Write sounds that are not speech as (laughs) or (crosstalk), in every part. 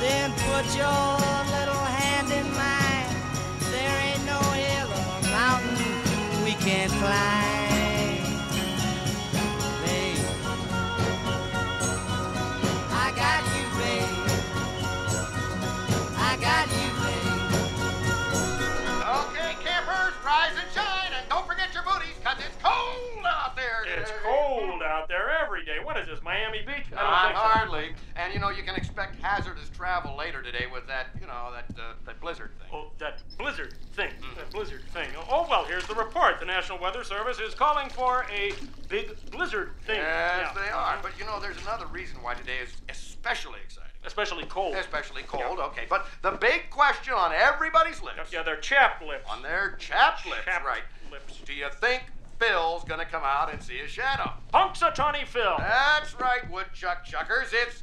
Put your little hand in mine. There ain't no hill or mountain we can't climb. Babe, I got you, babe. I got you, babe. Okay, campers, rise and shine, and don't forget your booties, cause it's cold out there. It's today. cold out there every day. What is this, Miami Beach? I don't Not think so. hardly. And you know you can expect hazardous travel later today with that, you know, that uh, that blizzard thing. Oh, that blizzard thing. Mm. That blizzard thing. Oh, well, here's the report. The National Weather Service is calling for a big blizzard thing. yes, Yeah. they are. But you know, there's another reason why today is especially exciting, Especially cold. especially cold. Okay, but the big question on everybody's lips, Yeah, they're chap lips. on their chap lips, Chap right? lips. Do you think Phil's gonna come out and see a shadow? Punxsutawney Phil. That's right, woodchuck chuckers. It's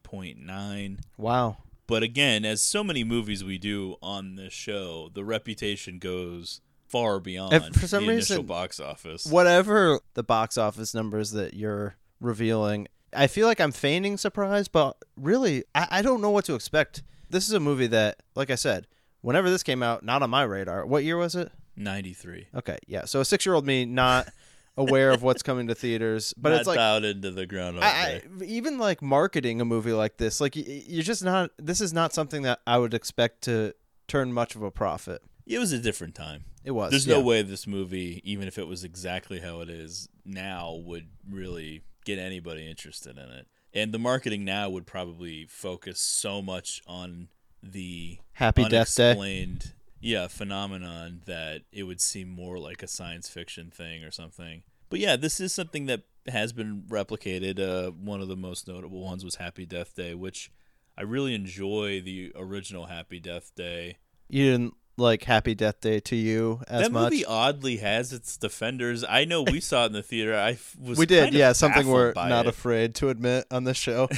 70.9. Wow. But again, as so many movies we do on this show, the reputation goes far beyond If- for some the initial reason- box office. whatever the box office numbers that you're revealing, I feel like I'm feigning surprise, but really, I, I don't know what to expect. This is a movie that, like I said, whenever this came out, not on my radar. What year was it? 93. Okay, yeah. So a six year old me, not (laughs) aware of what's coming to theaters, but Not it's like. out into the Groundhog I, Day. I, even like marketing a movie like this, like y- y- you're just not. This is not something that I would expect to turn much of a profit. It was a different time. It was. There's yeah. no way this movie, even if it was exactly how it is now, would really get anybody interested in it. And the marketing now would probably focus so much on the Happy Death Day. unexplained, yeah, phenomenon that it would seem more like a science fiction thing or something. But yeah, this is something that has been replicated. Uh, one of the most notable ones was Happy Death Day, which I really enjoy the original Happy Death Day. You didn't like Happy Death Day to you as that much. movie oddly has its defenders. I know we saw it in the theater. I f- was we did kind of yeah something baffled we're by not it. (laughs) afraid to admit on this show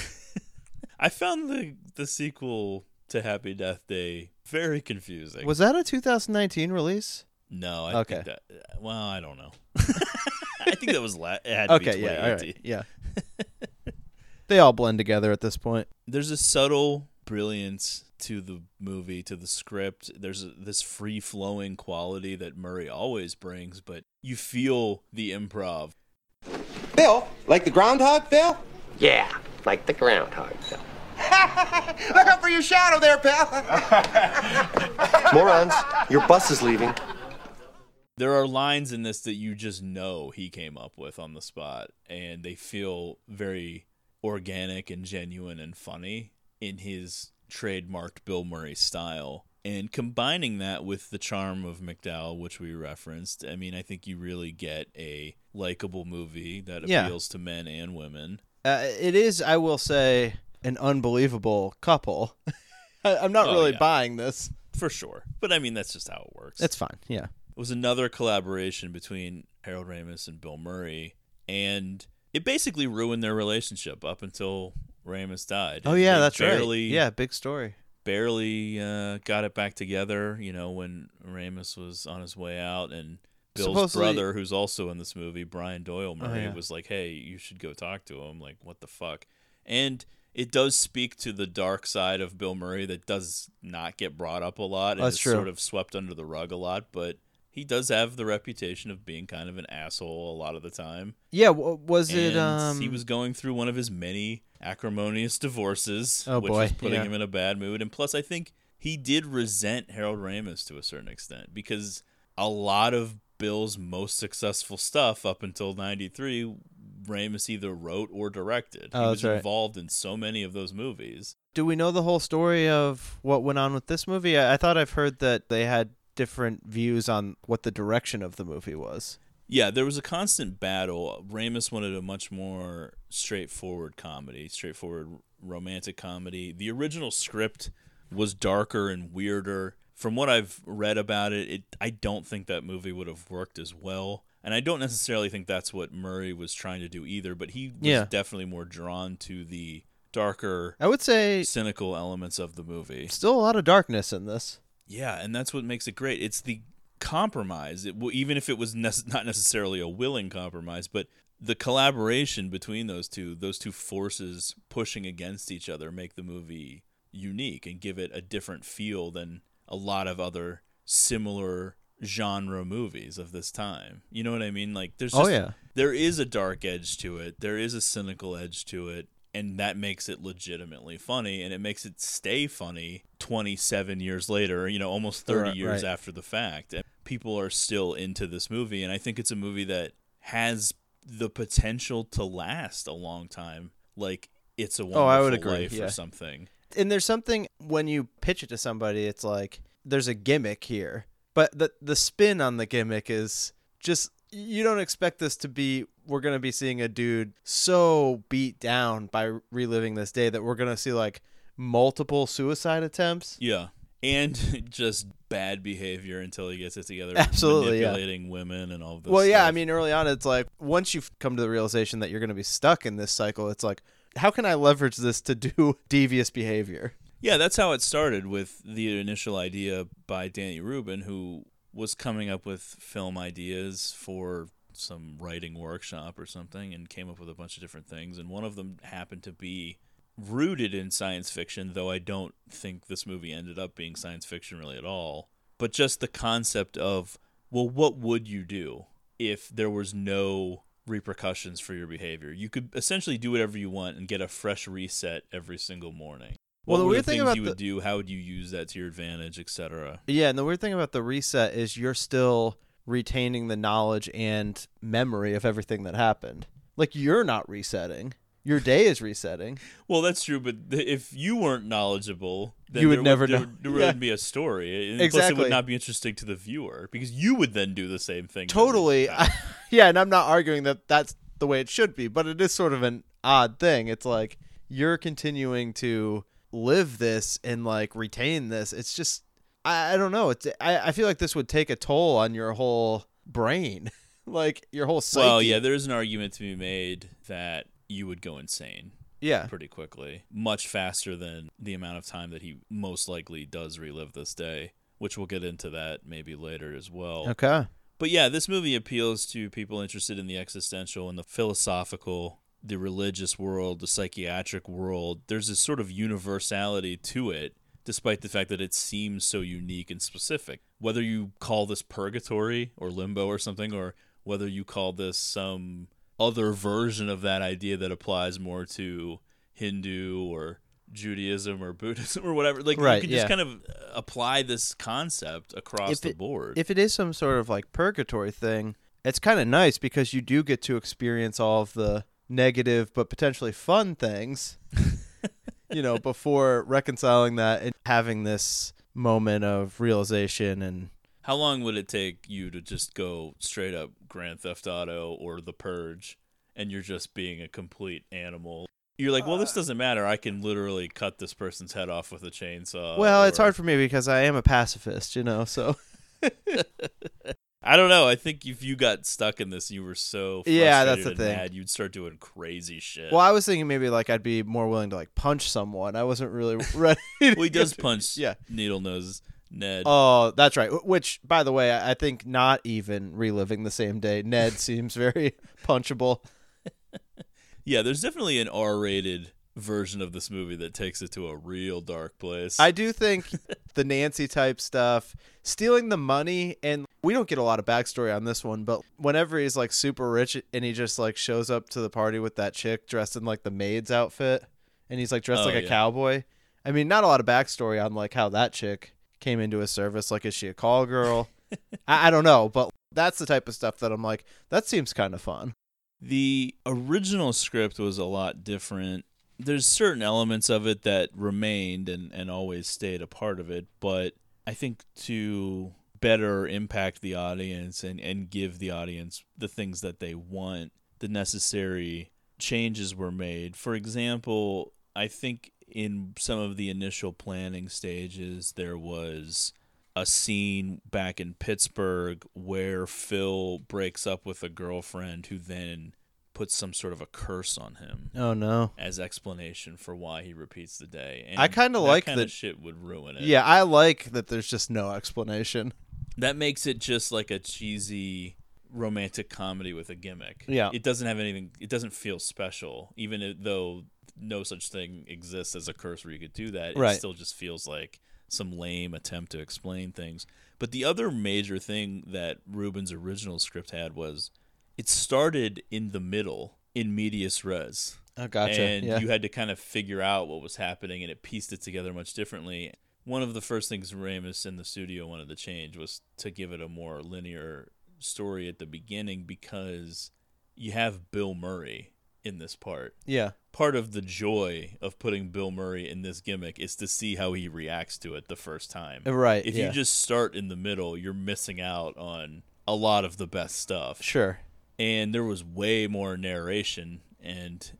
I found the the sequel to Happy Death Day very confusing. Was that a 2019 release? no, I Okay. think that. Well, I don't know. (laughs) I think that was la- it had to be Okay, yeah, all 2018. right, yeah. (laughs) they all blend together at this point. there's a subtle brilliance to the movie to the script there's a, this free flowing quality that murray always brings but you feel the improv Bill, like the groundhog, Bill? Yeah, like the groundhog. Look out for your shadow there, pal. Morons, your bus is leaving. there are lines in this that you just know he came up with on the spot and they feel very organic and genuine and funny in his trademarked bill murray style and combining that with the charm of mcdowell which we referenced i mean i think you really get a likable movie that Yeah. appeals to men and women Uh, it is, I will say, an unbelievable couple. (laughs) I, I'm not Oh, really yeah. buying this. for sure but i mean that's just how it works That's fine. Yeah. It was another collaboration between Harold Ramis and Bill Murray, and it basically ruined their relationship up until Ramis died. Oh And yeah, they that's barely, right. Yeah, big story. barely uh, got it back together. You know, when Ramis was on his way out, and Bill's Supposedly- Oh, brother, who's also in this movie, Brian Doyle Murray, yeah. was like, "Hey, you should go talk to him." Like, what the fuck? And it does speak to the dark side of Bill Murray that does not get brought up a lot. and That's is true. Sort of swept under the rug a lot, but he does have the reputation of being kind of an asshole a lot of the time. Yeah, w- was it? And Um, he was going through one of his many acrimonious divorces, Oh, which boy. was putting Yeah. him in a bad mood. And plus, I think he did resent Harold Ramis to a certain extent because a lot of Bill's most successful stuff up until '93, Ramis either wrote or directed. Oh, he that's was right. involved in so many of those movies. Do we know the whole story of what went on with this movie? I, I thought I've heard that they had different views on what the direction of the movie was. Yeah, there was a constant battle. Ramus wanted a much more straightforward comedy, straightforward romantic comedy. The original script was darker and weirder. From what I've read about it, it I don't think that movie would have worked as well. And I don't necessarily think that's what Murray was trying to do either, but he was Yeah. definitely more drawn to the darker, I would say cynical elements of the movie. still a lot of darkness in this. Yeah, and that's what makes it great. It's the compromise, it, well, even if it was nec- not necessarily a willing compromise, but the collaboration between those two, those two forces pushing against each other, make the movie unique and give it a different feel than a lot of other similar genre movies of this time. You know what I mean? Like, there's Oh, just, yeah. there is a dark edge to it. There is a cynical edge to it. And that makes it legitimately funny and it makes it stay funny 27 years later, you know, almost 30 Right, years right. after the fact. And people are still into this movie. And I think it's a movie that has the potential to last a long time. Like, it's a wonderful Oh, I would agree, life yeah. or something. And there's something when you pitch it to somebody, it's like there's a gimmick here, but the the spin on the gimmick is just you don't expect this to be. We're gonna be seeing a dude so beat down by reliving this day that we're gonna see like multiple suicide attempts. Yeah. And (laughs) just bad behavior until he gets it together. Absolutely, yeah. Manipulating women and all of this. Well, yeah, I stuff. mean, early on, it's like once you've come to the realization that you're going to be stuck in this cycle, it's like, how can I leverage this to do (laughs) devious behavior? Yeah, that's how it started with the initial idea by Danny Rubin, who was coming up with film ideas for some writing workshop or something and came up with a bunch of different things. And one of them happened to be rooted in science fiction, though I don't think this movie ended up being science fiction really at all. But just the concept of, well, what would you do if there was no repercussions for your behavior? You could essentially do whatever you want and get a fresh reset every single morning. What Well, the were weird the thing things about you the- would do? How would you use that to your advantage, etc.? Yeah, and the weird thing about the reset is you're still retaining the knowledge and memory of everything that happened. Like, you're not resetting. Your day is resetting. Well, that's true, but th- if you weren't knowledgeable, then You would there never there, know. There Yeah. (laughs) wouldn't be a story. And Plus, it Exactly. would not be interesting to the viewer because you would then do the same thing. Totally. (laughs) yeah, and I'm not arguing that that's the way it should be, but it is sort of an odd thing. It's like you're continuing to live this and like retain this. It's just I, I don't know. It's I, I feel like this would take a toll on your whole brain, (laughs) like your whole psyche. Well, yeah, there is an argument to be made that you would go insane Yeah. pretty quickly, much faster than the amount of time that he most likely does relive this day, which we'll get into that maybe later as well. Okay. But yeah, this movie appeals to people interested in the existential and the philosophical, the religious world, the psychiatric world. There's this sort of universality to it, despite the fact that it seems so unique and specific. Whether you call this purgatory or limbo or something, or whether you call this some other version of that idea that applies more to Hindu or Judaism or (laughs) Buddhism or whatever, like Right, you can just yeah. kind of uh, apply this concept across the it- board. If it is some sort of like purgatory thing, it's kind of nice because you do get to experience all of the negative but potentially (laughs) fun things, you know, before reconciling that and having this moment of realization and How long would it take you to just go straight up Grand Theft Auto or The Purge and you're just being a complete animal? You're like, well, Uh, this doesn't matter. I can literally cut this person's head off with a chainsaw. well, it's or- hard for me because I am a pacifist, you (laughs) know, so I don't know. I think if you got stuck in this, you were so frustrated Yeah, that's the and thing. mad, you'd start doing crazy shit. well, I was thinking maybe like I'd be more willing to like punch someone. I wasn't really (laughs) ready. to well, he does get to- punch Yeah. Needle Nose Ned. Oh, that's right. Wh- Which, by the way, I I think not even reliving the same day. (laughs) Ned seems very punchable. Yeah, there's definitely an R rated version of this movie that takes it to a real dark place. I do think the Nancy type stuff, stealing the money, and we don't get a lot of backstory on this one, but whenever he's like super rich and he just like shows up to the party with that chick dressed in like the maid's outfit and he's like dressed Oh, like a yeah. cowboy. I mean, not a lot of backstory on like how that chick came into his service. Like, is she a call (laughs) girl? I, I don't know, but that's the type of stuff that I'm like, that seems kind of fun. The original script was a lot different. There's certain elements of it that remained and, and always stayed a part of it, but I think to better impact the audience and, and give the audience the things that they want, the necessary changes were made. For example, I think in some of the initial planning stages, there was a scene back in Pittsburgh where Phil breaks up with a girlfriend who then puts some sort of a curse on him Oh, no. as explanation for why he repeats the day. And I kinda that like kind that- of shit would ruin it. Yeah, I like that there's just no explanation. that makes it just like a cheesy romantic comedy with a gimmick. Yeah. It doesn't have anything it doesn't feel special even i- though no such thing exists as a curse where you could do that. Right. It still just feels like some lame attempt to explain things. But the other major thing that Ruben's original script had was it started in the middle in medias res Oh, gotcha. and yeah. you had to kind of figure out what was happening, and it pieced it together much differently. One of the first things Ramus in the studio wanted to change was to give it a more linear story at the beginning because you have Bill Murray in this part. yeah. Part of the joy of putting Bill Murray in this gimmick is to see how he reacts to it the first time. Right, If yeah. you just start in the middle, you're missing out on a lot of the best stuff Sure. and there was way more narration and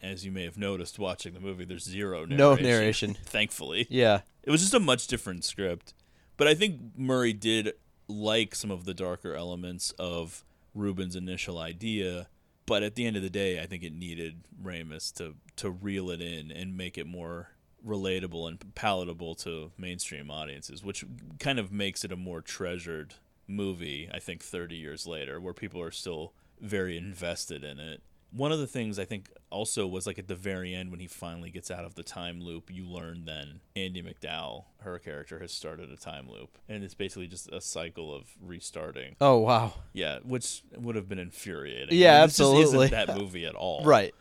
as you may have noticed watching the movie there's zero narration No narration. (laughs) thankfully Yeah. it was just a much different script but i think murray did like some of the darker elements of ruben's initial idea but at the end of the day i think it needed ramus to to reel it in and make it more relatable and palatable to mainstream audiences which kind of makes it a more treasured movie i think 30 years later where people are still very invested in it one of the things I think also was like at the very end when he finally gets out of the time loop, you learn then Andy McDowell, her character, has started a time loop. And it's basically just a cycle of restarting. Oh, wow. Yeah, which would have been infuriating. I Yeah, mean, this just absolutely. isn't that movie at all. (laughs) (laughs) Right.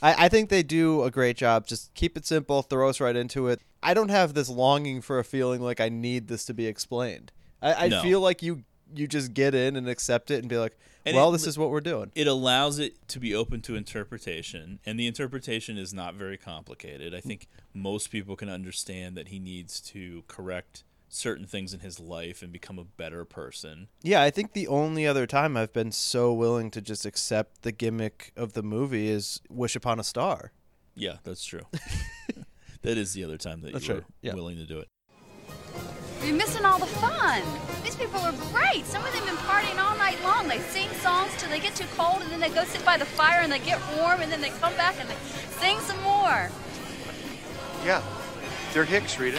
I, I think they do a great job. Just keep it simple, throw us right into it. I don't have this longing for a feeling like I need this to be explained. I, I No. feel like you you just get in and accept it and be like, And well, it this li- is what we're doing. It allows it to be open to interpretation, and the interpretation is not very complicated. I think most people can understand that he needs to correct certain things in his life and become a better person. Yeah, I think the only other time I've been so willing to just accept the gimmick of the movie is Wish Upon a Star. Yeah, that's true. (laughs) that is the other time that That's you were right, yeah. willing to do it. You're missing all the fun. These people are great. Some of them have been partying all night long. They sing songs till they get too cold, and then they go sit by the fire and they get warm, and then they come back and they sing some more. Yeah, they're hicks, Rita.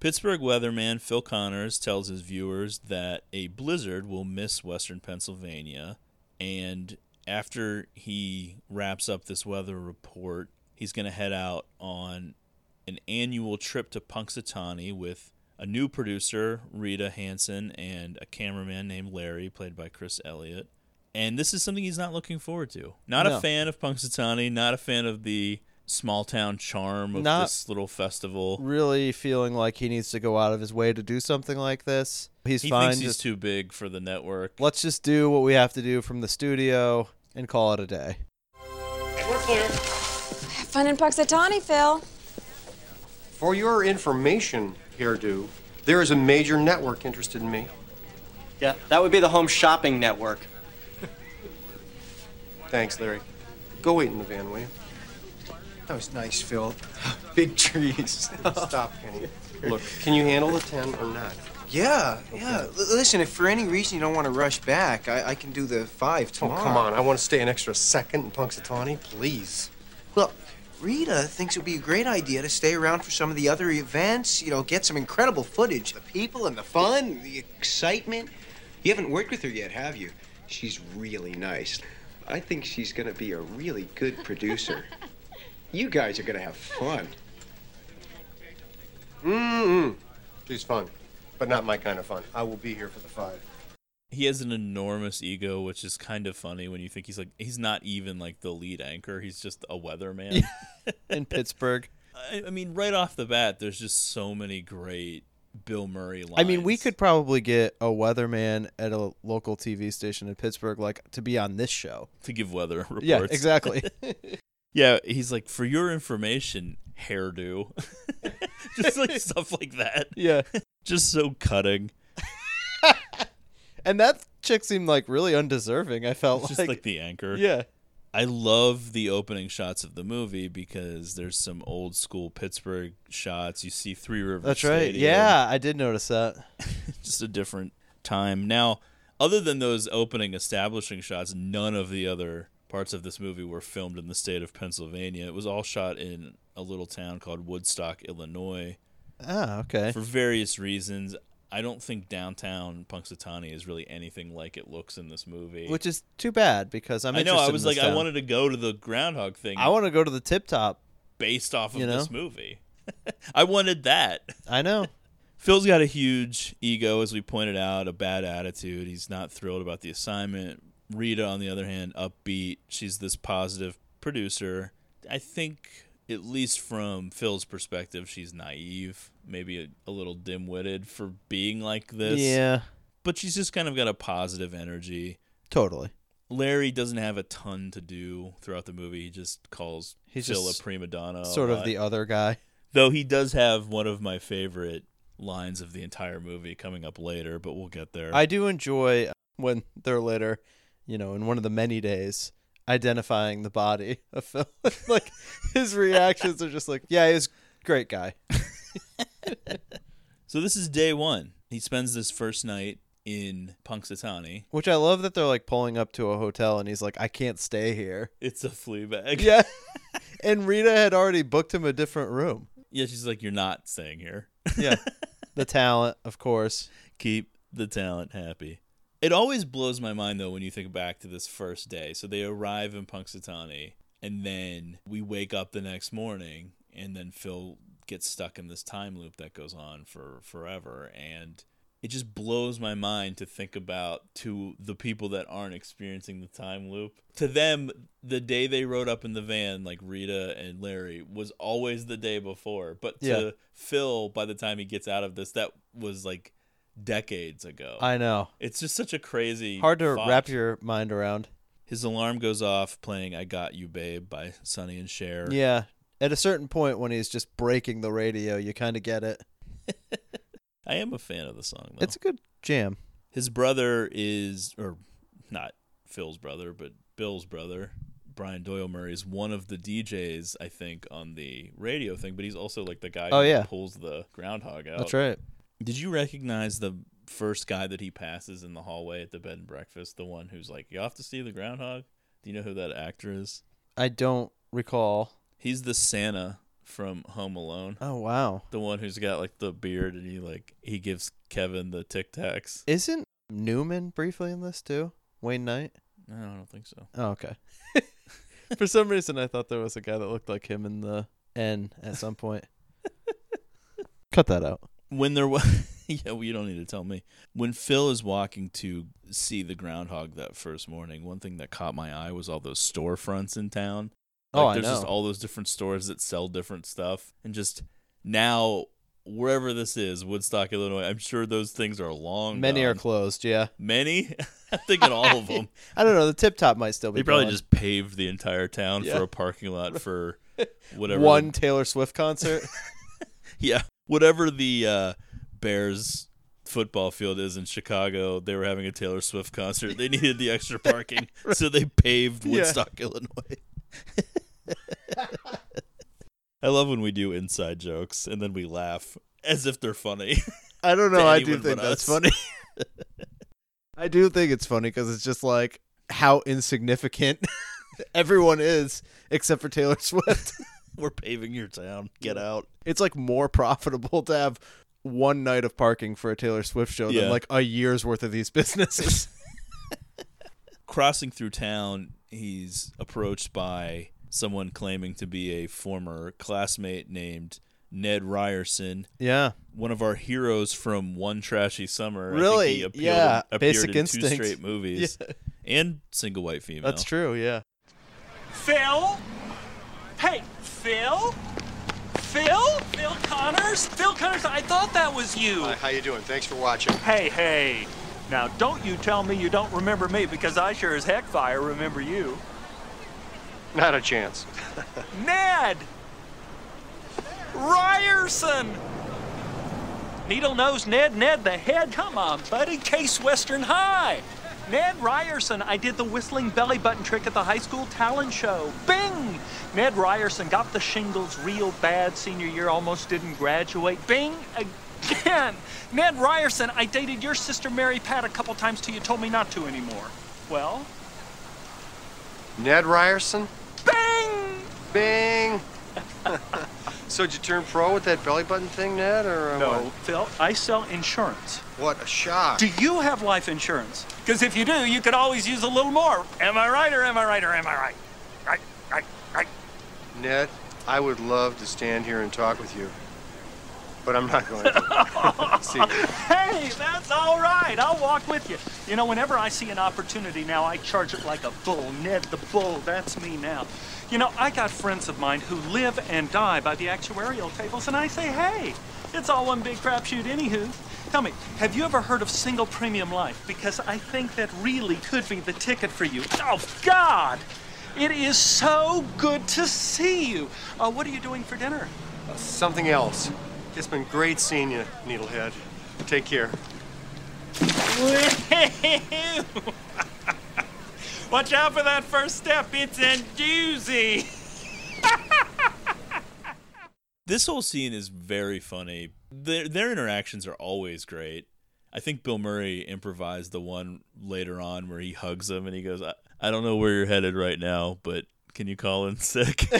Pittsburgh weatherman Phil Connors tells his viewers that a blizzard will miss western Pennsylvania. And after he wraps up this weather report, he's going to head out on an annual trip to Punxsutawney with a new producer, Rita Hanson, and a cameraman named Larry, played by Chris Elliott. And this is something he's not looking forward to. Not No. a fan of Punxsutawney, not a fan of the small town charm of Not- this little festival. Really feeling like he needs to go out of his way to do something like this. He's he fine. thinks he's just- too big for the network. Let's just do what we have to do from the studio and call it a day. We're clear. Have fun in Puxatawny, Phil. For your information, Hairdo, there is a major network interested in me. Yeah, that would be the Home Shopping Network. Thanks, Larry. Go wait in the van, will you? That was nice, Phil. Big trees. Stop, Kenny. Look, can you handle the 10 or not? Yeah, yeah. L- listen, if for any reason you don't want to rush back, I, I can do the five Oh, tomorrow. come on. I want to stay an extra second in Punxsutawney, please. Well, Rita thinks it would be a great idea to stay around for some of the other events. You know, get some incredible footage. The people and the fun, the excitement. You haven't worked with her yet, have you? She's really nice. I think she's going to be a really good producer. you guys are going to have fun. Mm-mm. She's fun, but not my kind of fun. I will be here for the five. He has an enormous ego, which is kind of funny when you think he's like he's not even like the lead anchor. He's just a weatherman in Pittsburgh. (laughs) I, I mean, right off the bat, there's just so many great Bill Murray lines. I mean, we could probably get a weatherman at a local TV station in Pittsburgh, like to be on this show to give weather (laughs) reports. Yeah, exactly. (laughs) yeah, he's like for your information, hairdo, (laughs) just (laughs) like stuff like that. Yeah, just so cutting. and that chick seemed like really undeserving. I felt It's like, just like the anchor. (laughs) Yeah, I love the opening shots of the movie because there's some old school Pittsburgh shots. You see Three Rivers. that's right. Stadium. Yeah, I did notice that. just a different time. Now, other than those opening establishing shots, none of the other parts of this movie were filmed in the state of Pennsylvania. It was all shot in a little town called Woodstock, Illinois. Ah, okay. For various reasons. I don't think downtown Punxsutawney is really anything like it looks in this movie. Which is too bad because I'm. I know. I interested in was this like, I town. wanted to go to the Groundhog thing I want to go to the tip top. based off of you know? this movie. (laughs) I wanted that. I know. Phil's got a huge ego, as we pointed out, a bad attitude. He's not thrilled about the assignment. Rita, on the other hand, upbeat. She's this positive producer. I think, at least from Phil's perspective, she's naive, maybe a, a little dim witted for being like this. Yeah. But she's just kind of got a positive energy. Totally. Larry doesn't have a ton to do throughout the movie. He just calls He's Phil just a prima donna. a sort of lot. the other guy. Though he does have one of my favorite lines of the entire movie coming up later, but we'll get there. (laughs) I do enjoy uh, when they're later, you know, in one of the many days, identifying the body (laughs) of Phil. like his reactions are just like, yeah, he's a great guy. so this is day one. He spends this first night in Punxsutawney. Which I love that they're like pulling up to a hotel and he's like, I can't stay here. It's a flea bag. Yeah. and Rita had already booked him a different room. (laughs) Yeah, she's like, You're not staying here. (laughs) Yeah. the talent, of course. Keep the talent happy. It always blows my mind though when you think back to this first day. So they arrive in Punxsutawney, and then we wake up the next morning, and then Phil gets stuck in this time loop that goes on for forever, and it just blows my mind to think about to the people that aren't experiencing the time loop. To them, the day they rode up in the van, like Rita and Larry, was always the day before. But to Yeah. Phil, by the time he gets out of this, that was like decades ago. I know. It's just such a crazy Hard to thought. wrap your mind around. His alarm goes off playing I Got You Babe by Sonny and Cher. Yeah. At a certain point when he's just breaking the radio, you kind of get it. I am a fan of the song though. It's a good jam. His brother is, or not Phil's brother, but Bill's brother, Brian Doyle Murray, is one of the DJs, I think, on the radio thing, but he's also like the guy Oh, who yeah. pulls the groundhog out. That's right. Did you recognize the first guy that he passes in the hallway at the bed and breakfast? The one who's like, "You have to see the groundhog." Do you know who that actor is? I don't recall. He's the Santa from Home Alone. Oh wow. The one who's got like the beard and he like he gives Kevin the Tic Tacs. Isn't Newman briefly in this too? Wayne Knight? No, I don't think so. Oh, okay. (laughs) For some reason, I thought there was a guy that looked like him in the N at some (laughs) point. Cut that out. When there was, (laughs) yeah, well, you don't need to tell me. When Phil is walking to see the groundhog that first morning, one thing that caught my eye was all those storefronts in town. Oh, I there's just know. all those different stores that sell different stuff, and just now wherever this is, Woodstock, Illinois, I'm sure those things are long. Many are gone. closed, yeah. many. (laughs) I'm thinking all of them. I don't know. The tip top might still be. They probably gone. just paved the entire town Yeah. for a parking (laughs) lot for whatever. one Taylor Swift concert. yeah, whatever the uh, Bears football field is in Chicago, they were having a Taylor Swift concert. They needed the (laughs) extra parking, so they paved Yeah. Woodstock, (laughs) Illinois. I love when we do inside jokes and then we laugh as if they're funny. (laughs) I don't know. to I do anyone think but that's us. (laughs) funny. I do think it's funny because it's just like how insignificant (laughs) everyone is except for Taylor (laughs) Swift. (laughs) We're paving your town. Get out. It's like more profitable to have one night of parking for a Taylor Swift show Yeah. than like a year's worth of these (laughs) (laughs) businesses. crossing through town, he's approached by someone claiming to be a former classmate named Ned Ryerson. Yeah. One of our heroes from One Trashy Summer. I think Really? he appeared- Yeah, appeared Basic in Instinct. Two straight movies. (laughs) Yeah. And Single White Female. that's true. Yeah. Phil? Hey, Phil? Phil? Phil Connors? Phil Connors, I thought that was you. how you doing? Thanks for watching. Hey, hey. Now, don't you tell me you don't remember me because I sure as heck fire remember you. Not a chance. Ned! Ryerson! Needle Nose Ned, Ned the Head. Come on, buddy. Case Western High. Ned Ryerson, I did the whistling belly button trick at the high school talent show. Bing! Ned Ryerson got the shingles real bad senior year, almost didn't graduate. Bing again! Ned Ryerson, I dated your sister Mary Pat a couple times till you told me not to anymore. Well, Ned Ryerson? Bing! Bing! (laughs) so did you turn pro with that belly button thing, Ned, or uh, No, what? Phil, I sell insurance. What a shock. Do you have life insurance? Because if you do, you could always use a little more. Am I right or am I right or am I right? Right, right, right. Ned, I would love to stand here and talk with you, but I'm not going (laughs) to. See, Hey, that's all right. I'll walk with you. You know, whenever I see an opportunity now, I charge it like a bull. Ned the Bull, that's me now. You know, I got friends of mine who live and die by the actuarial tables, and I say, hey, it's all one big crapshoot, anywho. Tell me, have you ever heard of single premium life? Because I think that really could be the ticket for you. Oh, God! It is so good to see you. Uh, what are you doing for dinner? Uh, something else. It's been great seeing you, Needlehead. Take care. (laughs) Watch out for that first step. It's a doozy. This whole scene is very funny. Their their interactions are always great. I think Bill Murray improvised the one later on where he hugs him and he goes, I, I don't know where you're headed right now, but can you call in sick?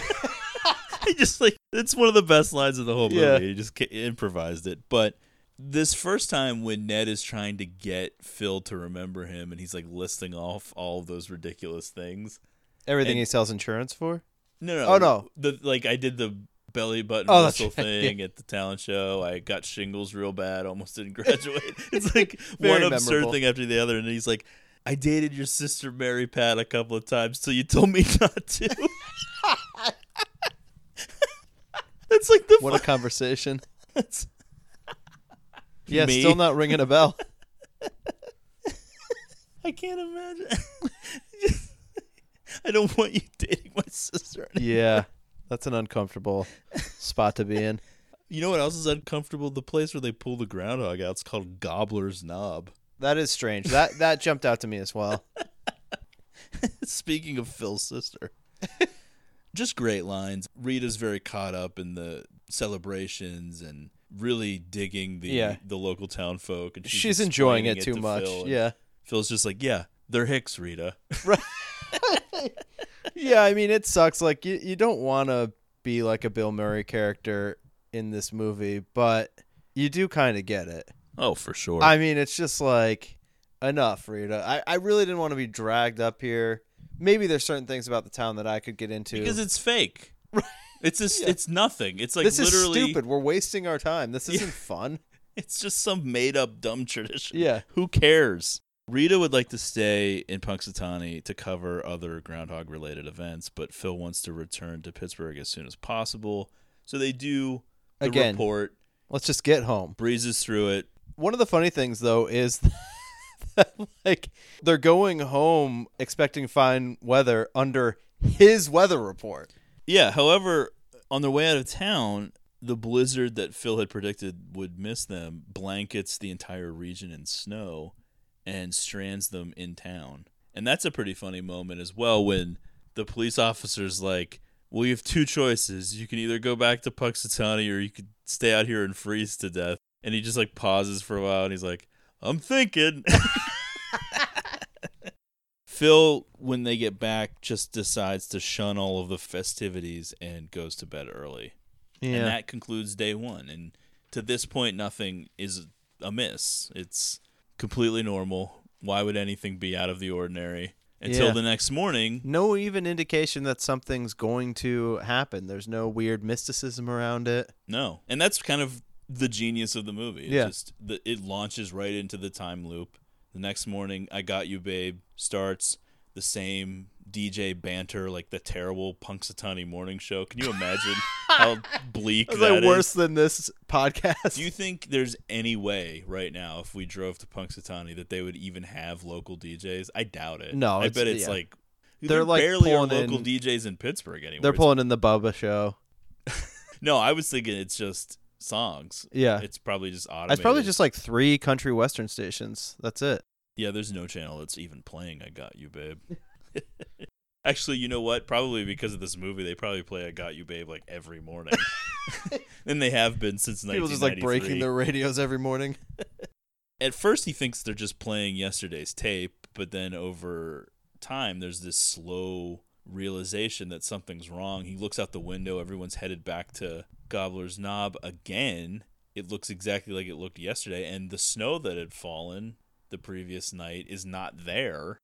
(laughs) he just like it's one of the best lines of the whole movie. Yeah. He just ca- improvised it. But this first time when Ned is trying to get Phil to remember him and he's like listing off all of those ridiculous things. Everything And- he sells insurance for. no, no. Oh no. The like I did the belly button Oh, that's whistle right, (laughs) yeah. thing at the talent show. I got shingles real bad. Almost didn't (laughs) graduate. it's like (laughs) Very one absurd memorable. thing after the other, and he's like, "I dated your sister Mary Pat a couple of times, so you told me (laughs) not to." That's like the (laughs) what a conversation. That's- yeah, Me. still not ringing (laughs) a bell. I can't imagine. (laughs) I don't want you dating my sister. anymore. yeah, that's an uncomfortable spot to be in. You know what else is uncomfortable? The place where they pull the groundhog out. It's called Gobbler's Knob. That is strange. That that jumped out to me (laughs) as well. Speaking of Phil's sister, (laughs) just great lines. Rita's very caught up in the celebrations and really digging the Yeah. the local town folk, and she's, She's enjoying explaining it too to much, Phil, and yeah. (laughs) Phil's just like, yeah, they're Hicks, Rita. yeah, I mean, it sucks. Like you, you don't want to be like a Bill Murray character in this movie, but you do kind of get it. (laughs) Oh, for sure. I mean, it's just like enough, Rita. I, I really didn't want to be dragged up here. Maybe there's certain things about the town that I could get into because it's (laughs) fake. It's just it's nothing. It's like this literally is stupid. We're wasting our time. This isn't fun. (laughs) It's just some made up dumb tradition. Yeah. Who cares? Rita would like to stay in Punxsutawney to cover other groundhog related events, but Phil wants to return to Pittsburgh as soon as possible. So they do the Again, report, Let's just get home. breezes through it. One of the funny things though is (laughs) that, like they're going home expecting fine weather under his weather report. Yeah, however, on their way out of town, the blizzard that Phil had predicted would miss them blankets the entire region in snow and strands them in town. And that's a pretty funny moment as well when the police officer's like, Well, you have two choices. You can either go back to Puxatani or you could stay out here and freeze to death. And he just like pauses for a while and he's like, I'm thinking. (laughs) Phil, when they get back, just decides to shun all of the festivities and goes to bed early. Yeah. And that concludes day one. And to this point, nothing is amiss. It's completely normal. Why would anything be out of the ordinary? Until Yeah. the next morning, No even indication that something's going to happen. There's no weird mysticism around it. no. And that's kind of the genius of the movie. It's Yeah. Just the, it launches right into the time loop. The next morning, I Got You Babe starts the same DJ banter, like the terrible Punxsutawney morning show. Can you (laughs) imagine how bleak It's that like is? worse than this podcast. (laughs) Do you think there's any way right now, if we drove to Punxsutawney, that they would even have local DJs? I doubt it. No, I it's- bet it's yeah. like They're, there like, barely are pulling local in- DJs in Pittsburgh anymore. They're It's- pulling in the Bubba show. No, I was thinking it's just songs. Yeah. it's probably just automated. It's probably just like three country western stations. That's it. yeah. There's no channel that's even playing. I got you, babe. (laughs) Actually, you know what? Probably because of this movie, they probably play "I Got You, Babe" like every (laughs) morning, (laughs) and they have been since People just like 1993. breaking their radios every morning. at first he thinks they're just playing yesterday's tape, but then over time there's this slow realization that something's wrong. He looks out the window, everyone's headed back to Gobbler's Knob again. It looks exactly like it looked yesterday, and the snow that had fallen the previous night is not there.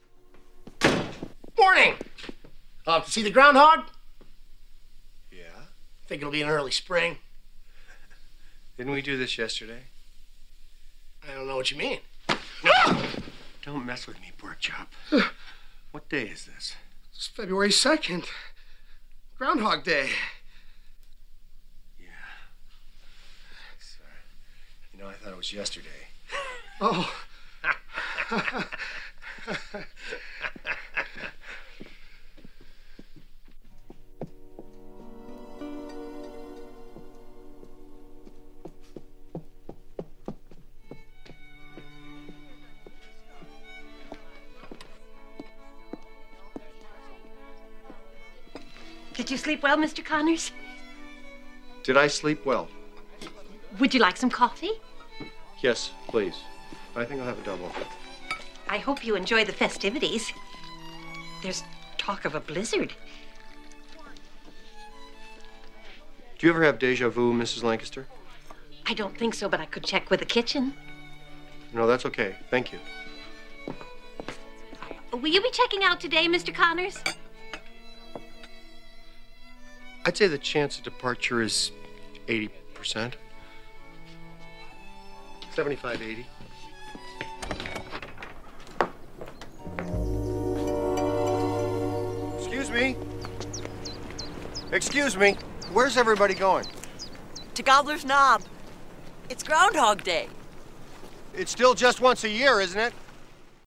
Morning. Off to see the groundhog? Yeah. Think it'll be an early spring. Didn't we do this yesterday? I don't know what you mean. Don't mess with me, (sighs) pork chop. what day is this? It's February 2nd. Groundhog Day. You know, I thought it was yesterday. Oh. Did you sleep well, Mr. Connors? Did I sleep well? Would you like some coffee? Yes, please. I think I'll have a double. I hope you enjoy the festivities. There's talk of a blizzard. Do you ever have deja vu, Mrs. Lancaster? I don't think so, but I could check with the kitchen. No, that's okay. Thank you. Will you be checking out today, Mr. Connors? I'd say the chance of departure is 80%. 75 80. Excuse me. Excuse me. Where's everybody going? To Gobbler's Knob. It's Groundhog Day. It's still just once a year, isn't it?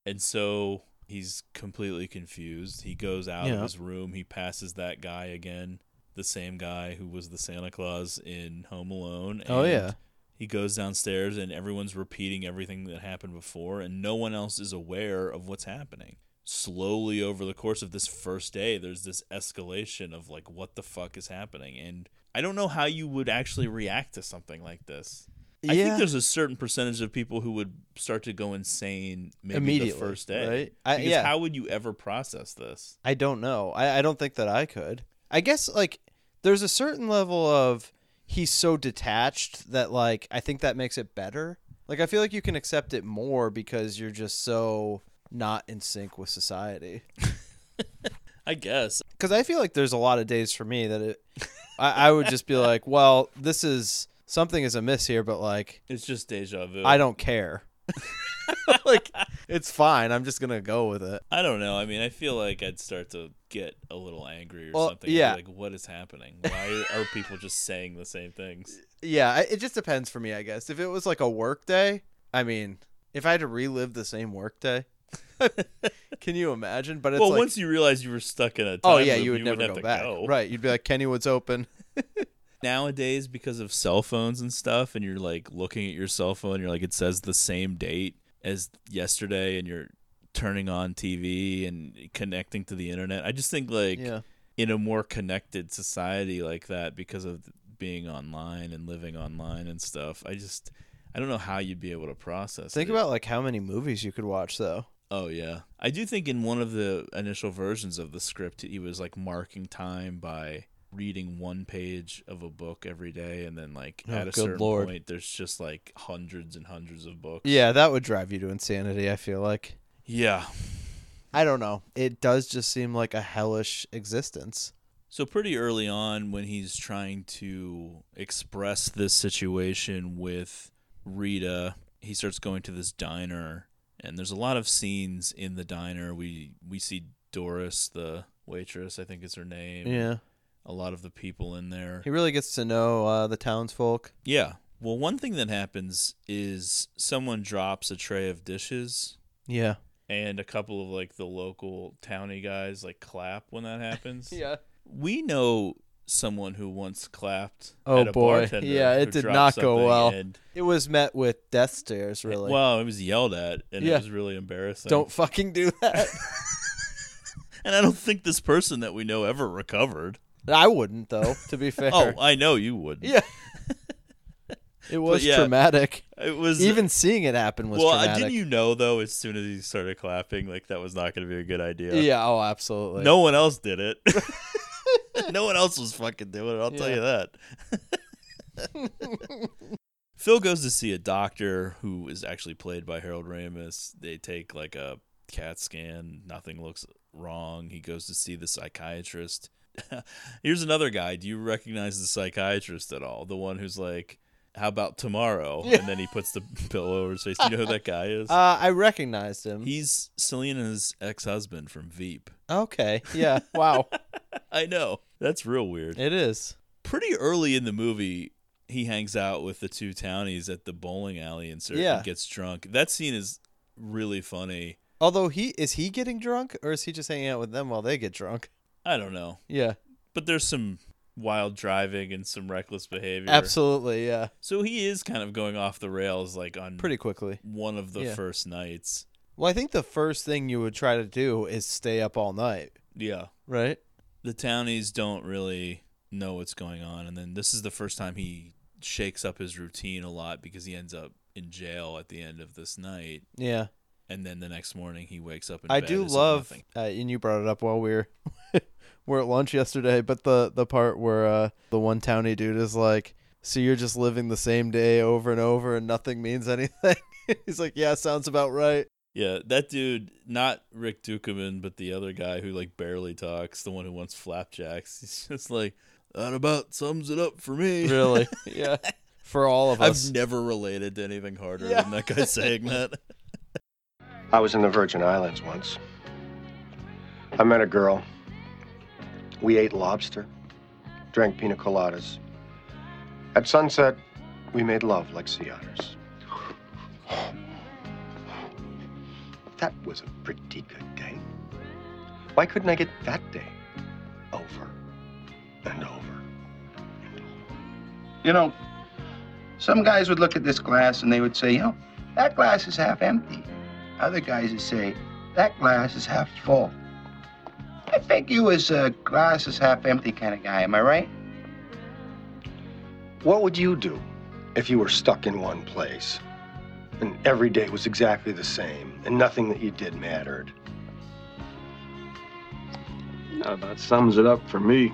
And so he's completely confused. He goes out of Yeah. his room. He passes that guy again, the same guy who was the Santa Claus in Home Alone. Oh, and yeah. He goes downstairs and everyone's repeating everything that happened before, and no one else is aware of what's happening. slowly over the course of this first day, there's this escalation of like what the fuck is happening, and I don't know how you would actually react to something like this. I Yeah. think there's a certain percentage of people who would start to go insane maybe Immediately, the first day. right? I- because yeah. how would you ever process this? I don't know. I, I don't think that I could. I guess like there's a certain level of he's so detached that like I think that makes it better. Like I feel like you can accept it more because you're just so not in sync with society. I guess. Because I feel like there's a lot of days for me that it, I, I would just be like, well, this is something is amiss here, but like It's just deja vu. I don't care. (laughs) like it's fine. I'm just gonna go with it. I don't know. I mean, I feel like I'd start to get a little angry or Well, something. I'd be yeah. Like, what is happening? Why are people just saying the same (laughs) things? Yeah, I- it just depends for me, I guess. If it was like a work day, I mean, if I had to relive the same work day, (laughs) can you imagine? But it's well, like, once you realize you were stuck in a time oh yeah, loop, you would never wouldn't go have to back, go. right? You'd be like Kennywood's open. Nowadays, because of cell phones and stuff, and you're like looking at your cell phone, you're like, it says the same date as yesterday, and you're turning on TV and connecting to the internet. I just think like (laughs) Yeah. in a more connected society like that, because of being online and living online and stuff, I just I don't know how you'd be able to process. Think it. about like how many movies you could watch though. Oh yeah, I do think in one of the initial versions of the script, he was like marking time by reading one page of a book every day, and then like Oh, at a good certain lord. point, there's just like hundreds and hundreds of books. Yeah, that would drive you to insanity. I feel like. Yeah. I don't know. It does just seem like a hellish existence. So pretty early on, when he's trying to express this situation with Rita, he starts going to this diner, and there's a lot of scenes in the diner. We we see Doris, the waitress, I think is her name. Yeah. A lot of the people in there. He really gets to know uh, the townsfolk. Yeah. Well, one thing that happens is someone drops a tray of dishes. Yeah. And a couple of like the local towny guys like clap when that happens. (laughs) Yeah. We know someone who once clapped. Oh at a boy. bartender Yeah, who it did dropped not something go well. and- It was met with death stares. Really. well, it was yelled at, and it Yeah. was really embarrassing. Don't fucking do (laughs) that. and I don't think this person that we know ever recovered. I wouldn't though. To be fair. (laughs) Oh, I know you wouldn't. Yeah. It But was yeah, traumatic. It was even seeing it happen was well, uh, traumatic. didn't you know though? As soon as he started clapping, like that was not going to be a good idea. Yeah, oh, absolutely. No one else did (laughs) it. (laughs) no one else was fucking doing it. I'll tell Yeah. you that. (laughs) Phil goes to see a doctor who is actually played by Harold Ramis. They take like a CAT scan. Nothing looks wrong. He goes to see the psychiatrist. (laughs) Here's another guy. Do you recognize the psychiatrist at all? The one who's like, "How about tomorrow?" Yeah. And then he puts the (laughs) pillow over his face. Do you know who that guy is? Uh, I recognized him. He's Selena's ex-husband from Veep. Okay. Yeah. (laughs) Wow. I know. That's real weird. It is. Pretty early in the movie, he hangs out with the two townies at the bowling alley and, Sir- Yeah. and gets drunk. That scene is really funny. Although he is he getting drunk or is he just hanging out with them while they get drunk? I don't know. Yeah. But there's some wild driving and some reckless behavior. Absolutely, yeah. So he is kind of going off the rails like on Pretty quickly. One of the Yeah. first nights. Well, I think the first thing you would try to do is stay up all night. Yeah. Right? The townies don't really know what's going on. And then this is the first time he shakes up his routine a lot because he ends up in jail at the end of this night. Yeah. And then the next morning he wakes up in I bed do as if love, nothing- uh, and you brought it up while we were (laughs) we are at lunch yesterday. But the the part where uh, the one townie dude is like, "So you're just living the same day over and over, and nothing means anything." (laughs) He's like, "Yeah, sounds about right." Yeah, that dude, not Rick Dukeman, but the other guy who like barely talks, the one who wants flapjacks. (laughs) He's just like that about sums it up for me. Really? (laughs) yeah. For all of (laughs) us. I've never related to anything harder Yeah. than that guy saying that. I was in the Virgin Islands once. I met a girl. We ate lobster, drank pina coladas. At sunset, we made love like sea otters. That was a pretty good day. Why couldn't I get that day over and over? You know, some guys "Oh, would look at this glass and they would say, you know, that glass is half empty. Other guys would say, That glass is half full. I think you is a glass is half empty kind of guy, am I right? What would you do if you were stuck in one place and every day was exactly the same and nothing that you did mattered? Now that sums it up for me.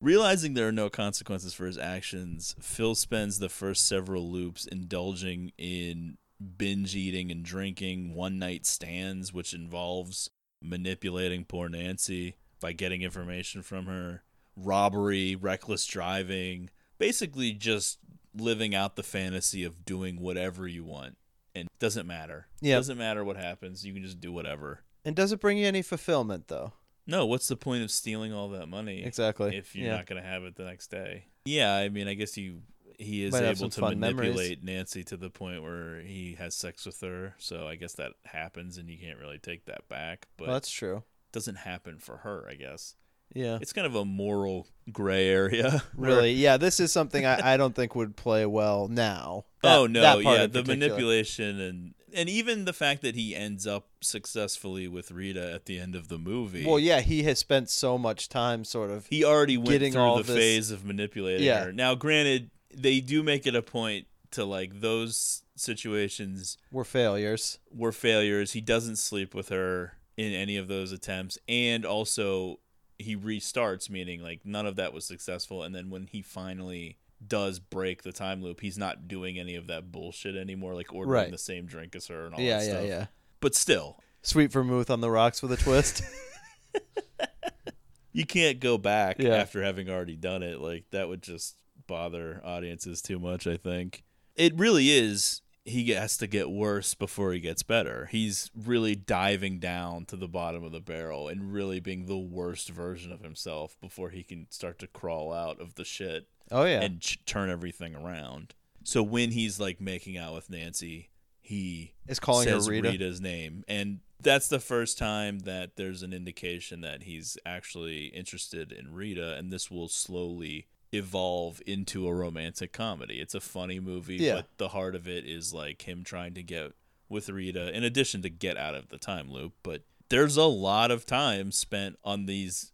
Realizing there are no consequences for his actions, Phil spends the first several loops indulging in binge eating and drinking, one night stands, which involves manipulating poor Nancy by getting information from her, robbery, reckless driving, basically just living out the fantasy of doing whatever you want. And it doesn't matter. Yeah. Doesn't matter what happens. You can just do whatever. And does it bring you any fulfillment though? No, what's the point of stealing all that money? Exactly. If you're Yeah. not going to have it the next day. Yeah, I mean, I guess you he is Might have able some to fun memories. manipulate Nancy to the point where he has sex with her. So I guess that happens and you can't really take that back, but Well, that's true. Doesn't happen for her, I guess. Yeah. It's kind of a moral gray area. (laughs) where- (laughs) Really? Yeah, this is something I, I don't think would play well now. (laughs) oh That- no, that part yeah, in the particular. manipulation and and even the fact that he ends up successfully with Rita at the end of the movie. Well, yeah, he has spent so much time sort of he already went getting through all the this- phase of manipulating Yeah. her. Now, granted, they do make it a point to like those situations were failures. Were failures. He doesn't sleep with her in any of those attempts, and also he restarts, meaning like none of that was successful. And then when he finally does break the time loop, he's not doing any of that bullshit anymore, like ordering Right. the same drink as her and all Yeah, that yeah, stuff. yeah. But still, Sweet vermouth on the rocks with a twist. you can't go back Yeah. after having already done it. Like that would just bother audiences too much, I think. It really is he has to get worse before he gets better. He's really diving down to the bottom of the barrel and really being the worst version of himself before he can start to crawl out of the shit. (laughs) Oh, yeah. And ch- turn everything around. So when he's like making out with Nancy, he Is calling her says Rita. Rita's name, and that's the first time that there's an indication that he's actually interested in Rita, and this will slowly evolve into a romantic comedy. It's a funny movie, Yeah. but the heart of it is like him trying to get with Rita, in addition to get out of the time loop. But there's a lot of time spent on these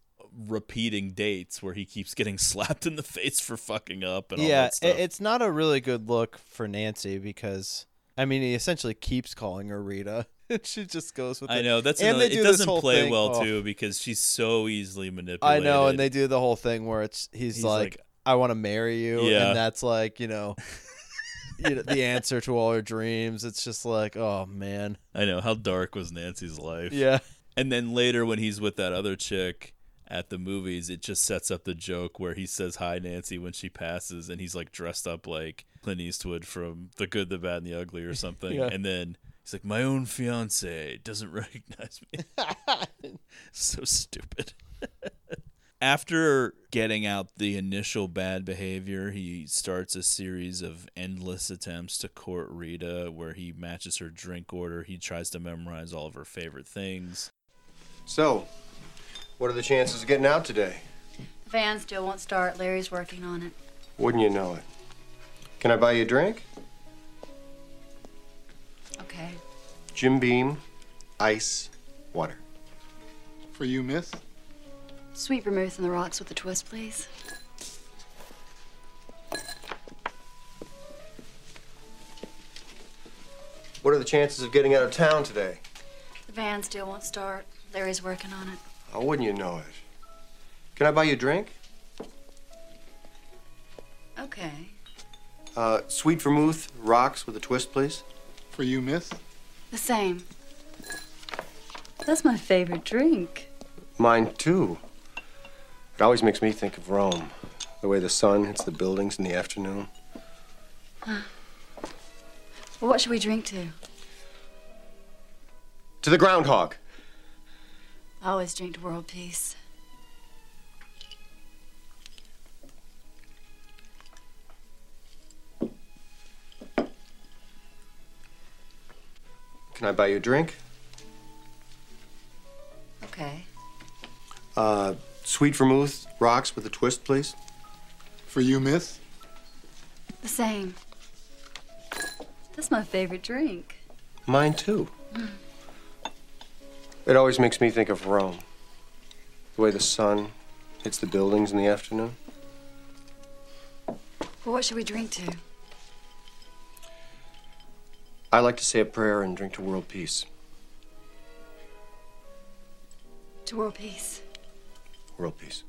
repeating dates where he keeps getting (laughs) slapped in the face for fucking up and all yeah, that i- stuff. it's not a really good look for Nancy because I mean he essentially keeps calling her Rita. (laughs) she just goes with I it. know that's and another, they do it this doesn't whole play thing- well oh, too because she's so easily manipulated. I know, and they do the whole thing where it's he's, He's like, "I want to marry you," Yeah. and that's like you (laughs) know, you know, the answer to all her dreams. It's just like, oh man, I know how dark was Nancy's life. Yeah. and then later when he's with that other chick at the movies, it just sets up the joke where he says hi Nancy when she passes, and he's like dressed up like Clint Eastwood from The Good, the Bad, and the Ugly or something, Yeah. and then he's like, "My own fiance doesn't (laughs) recognize me." so stupid. (laughs) After getting out the initial bad behavior, he starts a series of endless attempts to court Rita, where he matches her drink order. He tries to memorize all of her favorite things. So, what are the chances of getting out today? The van still won't start. Larry's working on it. Wouldn't you know it? Can I buy you a drink? Okay. Jim Beam, ice, water. For you, miss? Sweet vermouth in the rocks with a twist, please. What are the chances of getting out of town today? The van still won't start. Larry's working on it. Oh, wouldn't you know it? Can I buy you a drink? Okay. Uh, sweet vermouth, rocks with a twist, please. For you, miss? The same. That's my favorite drink. Mine too. It always makes me think of Rome. The way the sun hits the buildings in the afternoon. Huh. Well, what should we drink to? To the groundhog. I always drink to world peace. Can I buy you a drink? Okay. Uh, sweet vermouth, rocks with a twist, please. For you, miss? The same. That's my favorite drink. Mine too. It always makes me think of Rome. The way the sun hits the buildings in the afternoon. Well, what should we drink to? I like to say a prayer and drink to world peace. To world peace. World peace.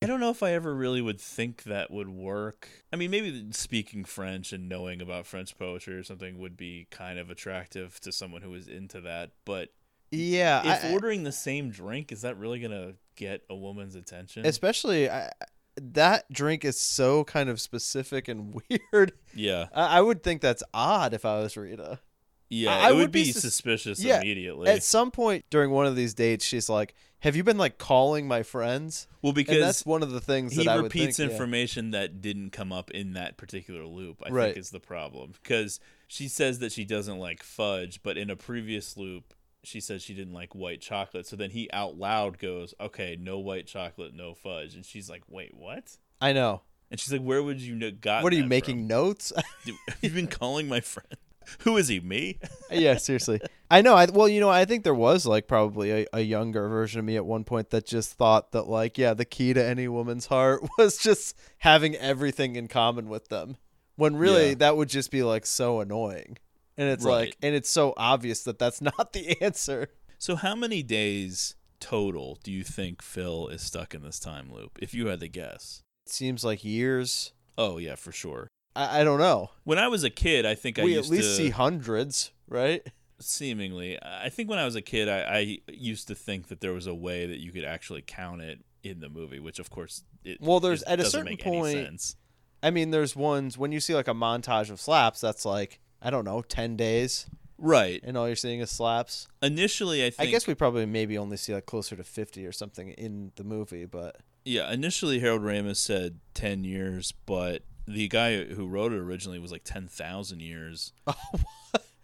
I don't know if I ever really would think that would work. I mean, maybe speaking French and knowing about French poetry or something would be kind of attractive to someone who is into that, but Yeah, if I- ordering the same drink is that really gonna get a woman's attention? Especially I, that drink is so kind of specific and (laughs) weird. Yeah. I, I would think that's odd if I was Rita. Yeah, I, I it would be sus- suspicious immediately. At some point during one of these dates, she's like, "Have you been like calling my friends?" Well, And because that's one of the things he that I would repeats think, yeah. information that didn't come up in that particular loop. I Right. think is the problem because she says that she doesn't like fudge, but in a previous loop she says she didn't like white chocolate. So then he out loud goes, "Okay, no white chocolate, no fudge," and she's like, "Wait, what?" I know. And she's like, "Where would you know, got? What are you that making notes? from? (laughs) You've been calling my friend. (laughs) Who is he? Me? (laughs) yeah, seriously. I know. I well, you know, I think there was like probably a, a younger version of me at one point that just thought that like, yeah, the key to any woman's heart (laughs) was just having everything in common with them. When really Yeah. that would just be like so annoying. And it's Right. like and it's so obvious that that's (laughs) not the answer. So how many days total do you think Phil is stuck in this time loop? If you had to guess, it seems like years. Oh yeah, for sure. I, I don't know. When I was a kid, I think I we used at least to, see hundreds, right? seemingly. I think when I was a kid, I, I used to think that there was a way that you could actually count it in the movie, which of course, it, Well, there's it at a doesn't certain make any point. sense. I mean, there's ones when you see like a montage of slaps. That's like I don't know, ten days, right? And all you're seeing is slaps. Initially, I I think guess we probably maybe only see like closer to fifty or something in the movie, but Yeah, initially Harold Ramis said 10 years, but the guy who wrote it originally was like 10,000 years.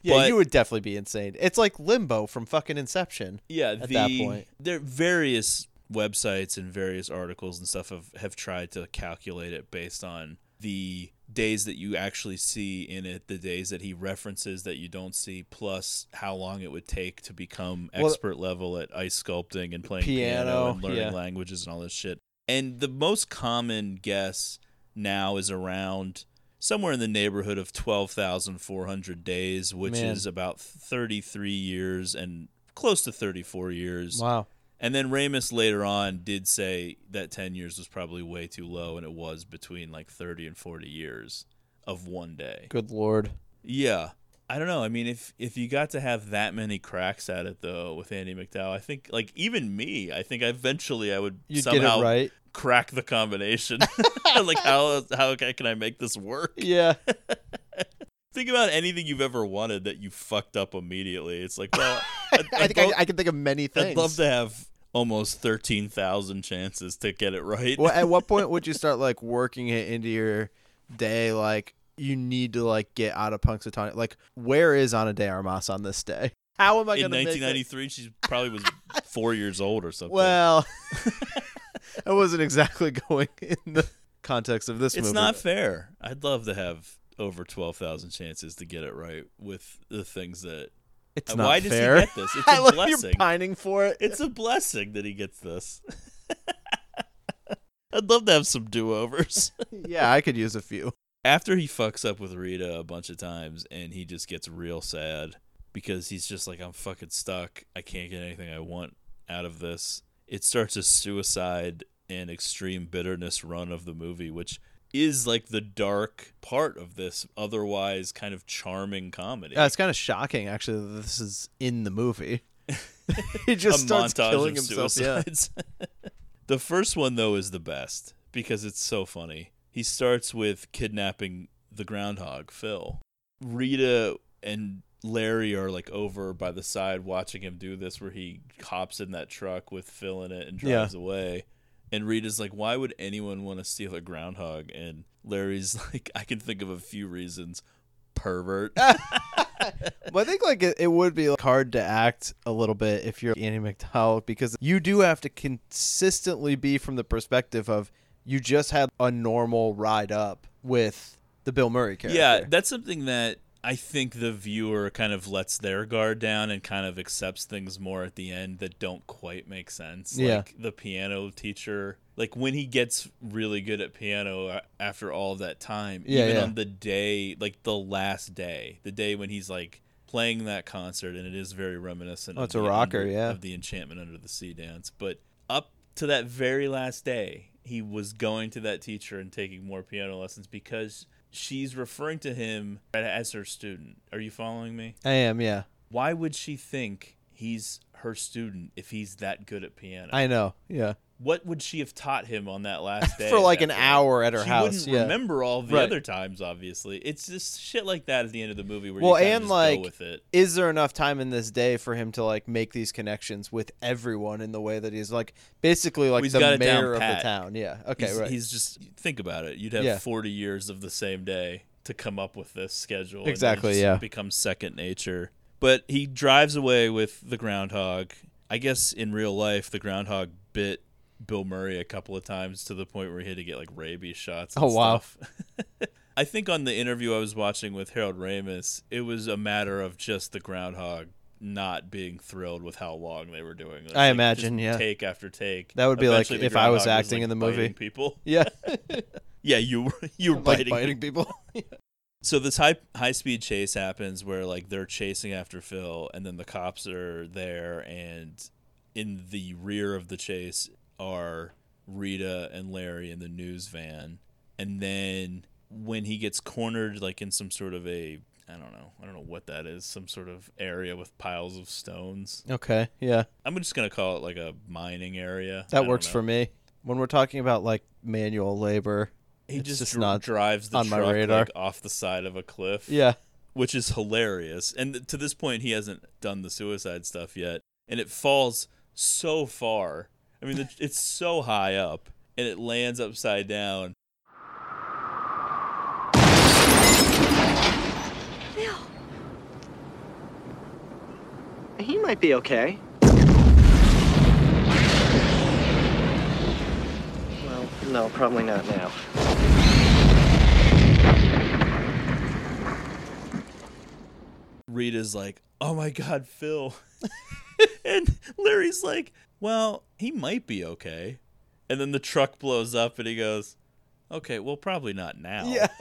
yeah, But- you would definitely be insane. It's like Limbo from fucking Inception. Yeah, at the, that point, There various websites and various articles and stuff have, have tried to calculate it based on the days that you actually see in it, the days that he references that you don't see, plus how long it would take to become Well- expert level at ice sculpting and playing piano, Piano, and learning yeah. languages and all this shit. And the most common guess now is around somewhere in the neighborhood of 12,400 days, which Man. is about 33 years and close to 34 years. Wow. And then Ramus later on did say that 10 years was probably way too low, and it was between like 30 and 40 years of one day. good lord. Yeah. I don't know. I mean, if if you got to have that many cracks at it though with Andy McDowell, I think like even me, I think eventually I would You'd get it somehow (laughs) right. crack the combination. (laughs) like how how can I make this work? Yeah. Think about anything you've ever wanted that you fucked up immediately. It's like, (laughs) well, I think I, I can think of many things. I'd love to have almost thirteen thousand chances to get it right. well, at what point would you start like working it into your day? Like you need to like get out of Punxsutawney. Like where is Ana de Armas on this day? How am I in gonna make it? 1993? She probably (laughs) was four years old or something. (laughs) Well, I wasn't exactly going in the context of this it's movie. not fair. I'd love to have over twelve thousand chances to get it right with the things that. It's Uh, not Why fair. does he get this? It's a (laughs) I love you're blessing. pining for it. (laughs) It's a blessing that he gets this. (laughs) I'd love to have some do overs. yeah, I could use a few. After he fucks up with Rita a bunch of times and he just gets real sad because he's just like, I'm fucking stuck. I can't get anything I want out of this. It starts a suicide and extreme bitterness run of the movie, which is like the dark part of this otherwise kind of charming comedy. Yeah, Uh, it's kind of shocking actually that this is in the movie. he just A starts montage killing of himself. suicides. (laughs) The first one though is the best because it's so funny. He starts with kidnapping the groundhog, Phil. Rita and Larry are like over by the side watching him do this where he hops in that truck with Phil in it and Yeah. drives away. And Rita's like, "Why would anyone want to steal a groundhog?" And Larry's (laughs) like, "I can think of a few reasons. Pervert." Yeah. Well, I think like it, it would be like, hard to act a little bit if you're Annie McDowell because you do have to consistently be from the perspective of you just had a normal ride up with the Bill Murray character. Yeah, that's something that I think the viewer kind of lets their guard down and kind of accepts things more at the end that don't quite make sense. Yeah. Like the piano teacher, like when he gets really good at piano a- after all of that time, Yeah, even yeah. on the day, like the last day, the day when he's like playing that concert, and it is very reminiscent. Oh, of it's a the rocker, Under- yeah. Of the Enchantment Under the Sea dance, but up to that very last day, he was going to that teacher and taking more piano lessons because she's referring to him as her student. Are you following me? I am, yeah. Why would she think he's her student if he's that good at piano? I know, yeah. What would she have taught him on that last day? (laughs) For like that an day? hour at her she house, Wouldn't yeah. remember all the Right. other times, obviously. It's just shit like that at the end of the movie where well, you kinda and just like, go with it. is there enough time in this day for him to like make these connections with everyone in the way that he's like basically like He's the got it down mayor of pat. the town? Yeah. Okay. He's- right. He's just think about it. You'd have Yeah. forty years of the same day to come up with this schedule. and it Exactly, just yeah. Becomes second nature. But he drives away with the groundhog. I guess in real life, the groundhog bit Bill Murray a couple of times to the point where he had to get like rabies shots. And Oh, wow. Stuff. (laughs) I think on the interview I was watching with Harold Ramis, it was a matter of just the groundhog not being thrilled with how long they were doing. this. I Like, imagine, just yeah. Take after take. That would be like Eventually, the if I was groundhog acting in the biting movie. People. (laughs) Yeah. (laughs) yeah, you were (laughs) you were Like biting, biting people. (laughs) so this high high speed chase happens where like they're chasing after Phil and then the cops are there and in the rear of the chase are Rita and Larry in the news van and then when he gets cornered like in some sort of a I don't know. I don't know what that is. Some sort of area with piles of stones. Okay, yeah. I'm just going to call it like a mining area. I that don't works for me. When we're talking about like manual labor, He it's just, just dr- not drives the on truck my radar. Like, off the side of a cliff. (laughs) Yeah. which is hilarious. And th- to this point, he hasn't done the suicide stuff yet, and it falls so far. I (laughs) mean, the- it's so high up, and it lands upside down. He might be okay. Well, no, probably not now. Rita's like, "Oh my God, Phil," (laughs) and Larry's like, "Well, he might be okay." And then the truck blows up, and he goes, "Okay, well, probably not now." Yeah, (laughs)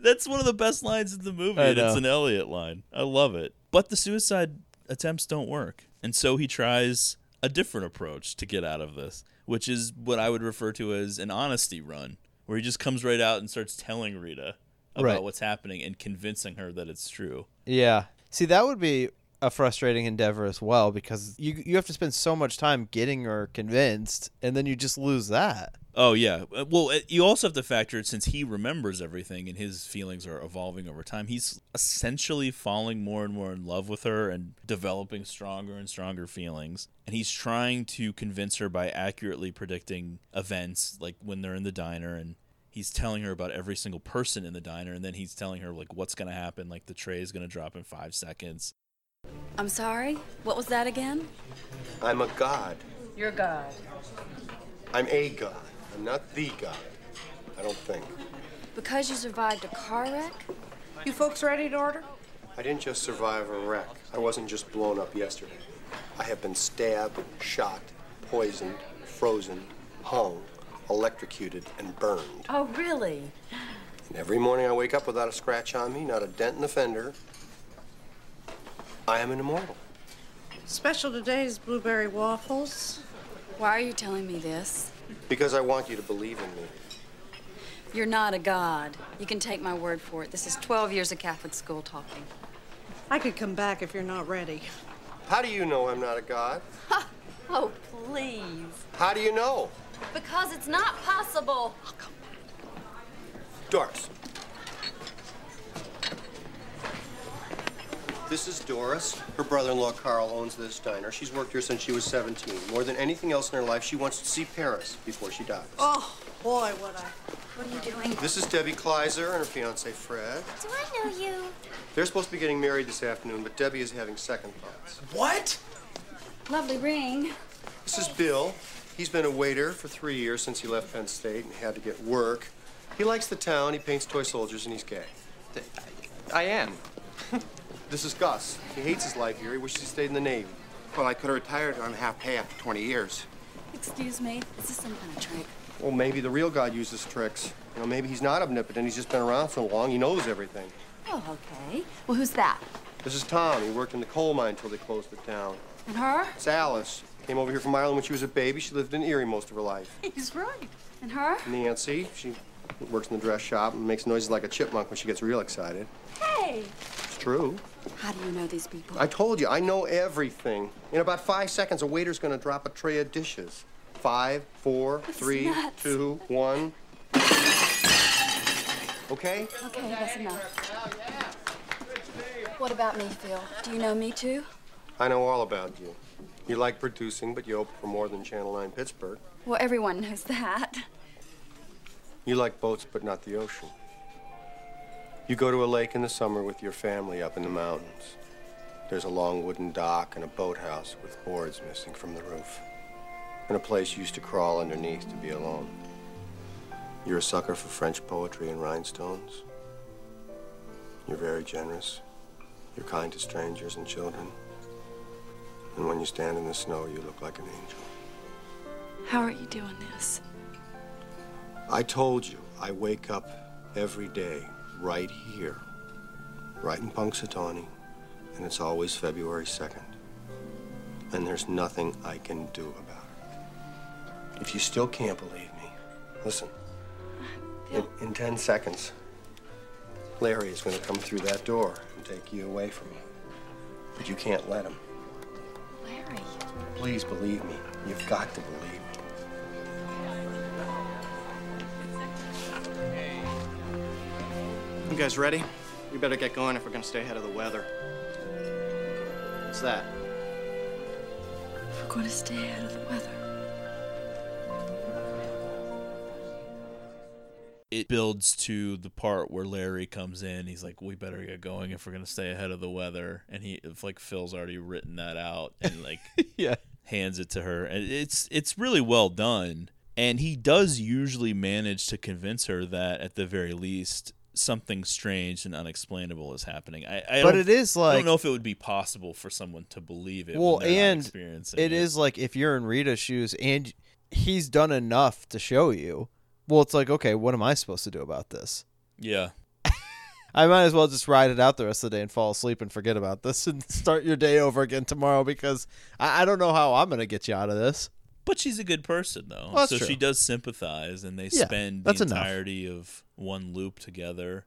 that's one of the best lines in the movie. I and it's know. an Elliot line. I love it. But the suicide attempts don't work. And so he tries a different approach to get out of this, which is what I would refer to as an honesty run, where he just comes right out and starts telling Rita about Right. what's happening and convincing her that it's true. Yeah. See, that would be a frustrating endeavor as well because you you have to spend so much time getting her convinced and then you just lose that. Oh yeah. Uh, Well, uh, you also have to factor it since he remembers everything and his feelings are evolving over time. He's essentially falling more and more in love with her and developing stronger and stronger feelings. And he's trying to convince her by accurately predicting events like when they're in the diner and he's telling her about every single person in the diner and then he's telling her like what's going to happen like the tray is going to drop in 5 seconds. I'm sorry. What was that again? I'm a god. Your God. I'm a god. I'm not the god. I don't think. Because you survived a car wreck? You folks ready to order? I didn't just survive a wreck. I wasn't just blown up yesterday. I have been stabbed, shot, poisoned, frozen, hung, electrocuted, and burned. Oh, really? And every morning I wake up without a scratch on me, not a dent in the fender. I am an immortal. Special today is blueberry waffles. Why are you telling me this? Because I want you to believe in me. You're not a god. You can take my word for it. This is 12 years of Catholic school talking. I could come back if you're not ready. How do you know I'm not a god? Oh, please. How do you know? Because it's not possible. Doris. This is Doris. Her brother in law Carl owns this diner. She's worked here since she was 17. More than anything else in her life, she wants to see Paris before she dies. Oh, boy, what I. What are you doing? This is Debbie Kleiser and her fiance Fred. Do I know you? They're supposed to be getting married this afternoon, but Debbie is having second thoughts. What? Lovely ring. This is Bill. He's been a waiter for three years since he left Penn State and had to get work. He likes the town, he paints toy soldiers, and he's gay. I am. (laughs) this is Gus. He hates his life here. He wishes he stayed in the Navy. Well, I could have retired on half pay after 20 years. Excuse me, is this some kind of trick? Well, maybe the real God uses tricks. You know, maybe he's not omnipotent. He's just been around so long, he knows everything. Oh, okay. Well, who's that? This is Tom. He worked in the coal mine till they closed the town. And her? (laughs) It's Alice. Came over here from Ireland when she was a baby. She lived in Erie most of her life. He's right. And her? Nancy, she works in the dress shop and makes noises like a chipmunk when she gets real excited. Hey! It's true. How do you know these people? I told you, I know everything. In about five seconds, a waiter's gonna drop a tray of dishes. Five, four, three, nuts. two, one. Okay? Okay, that's enough. What about me, Phil? Do you know me too? I know all about you. You like producing, but you open for more than Channel 9 Pittsburgh. Well, everyone knows that. You like boats, but not the ocean. You go to a lake in the summer with your family up in the mountains. There's a long wooden dock and a boathouse with boards missing from the roof, and a place you used to crawl underneath to be alone. You're a sucker for French poetry and rhinestones. You're very generous. You're kind to strangers and children. And when you stand in the snow, you look like an angel. How are you doing this? I told you, I wake up every day right here, right in Punxsutawney, and it's always February 2nd. And there's nothing I can do about it. If you still can't believe me, listen. In, in 10 seconds, Larry is going to come through that door and take you away from me. But you can't let him. Larry. Please believe me. You've got to believe me. You guys ready? We better get going if we're gonna stay ahead of the weather. What's that? We're going to stay out of the weather. It builds to the part where Larry comes in. He's like, "We better get going if we're gonna stay ahead of the weather." And he, if like Phil's already written that out and like, (laughs) yeah, hands it to her. And it's it's really well done. And he does usually manage to convince her that at the very least something strange and unexplainable is happening. I, I But don't- it is I like- don't know if it would be possible for someone to believe it. well when they're not and experiencing it is like if you're in rita's shoes and he's done enough to show you well it's like okay what am i supposed to do about this yeah. i might as well just ride it out the rest of the day and fall asleep and forget about this (laughs) and start your day over again tomorrow because i, I don't know how i'm going to get you out of this But she's a good person, though. Well, that's so true. she does sympathize, and they Yeah, spend that's the enough. entirety of one loop together.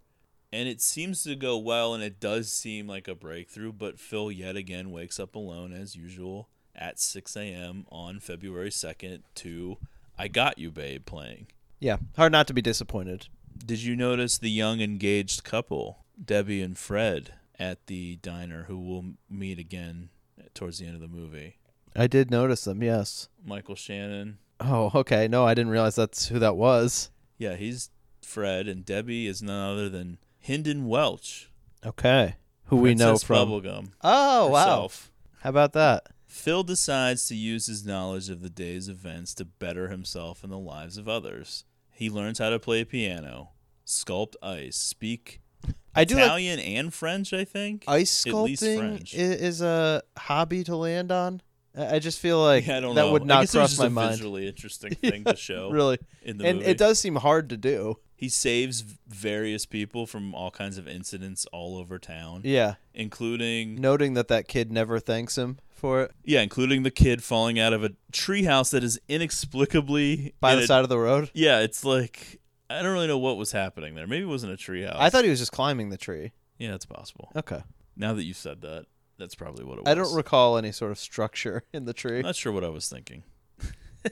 And it seems to go well, and it does seem like a breakthrough. But Phil yet again wakes up alone, as usual, at 6 a.m. on February 2nd to I Got You, Babe playing. yeah hard not to be disappointed Did you notice the young engaged couple, Debbie and Fred, at the diner who will meet again towards the end of the movie? i did notice them yes Michael Shannon, oh okay no i didn't realize that's who that was Yeah, he's Fred, and Debbie is none other than Hinden Welch, okay who we know Princess from Bubblegum. oh wow herself. how about that Phil decides to use his knowledge of the day's events to better himself and the lives of others. He learns how to play piano, sculpt ice, speak I do like- Italian and French, I think. ice At least sculpting French. (laughs) i- is a hobby to land on. I I just feel like Yeah, I don't that know. would I not guess it was cross just my a mind. (laughs) visually interesting thing to show really. in the and movie. it does seem hard to do. He saves v- various people from all kinds of incidents all over town. Yeah. Including Noting that that kid never thanks him for it Yeah, including the kid falling out of a treehouse that is inexplicably by in the a- side of the road. Yeah, it's like I don't really know what was happening there. Maybe it wasn't a treehouse. I thought he was just climbing the tree. Yeah, it's possible. Okay. Now that you said that, that's probably what it was. I don't recall any sort of structure (laughs) in the tree. Not sure what I was thinking. (laughs)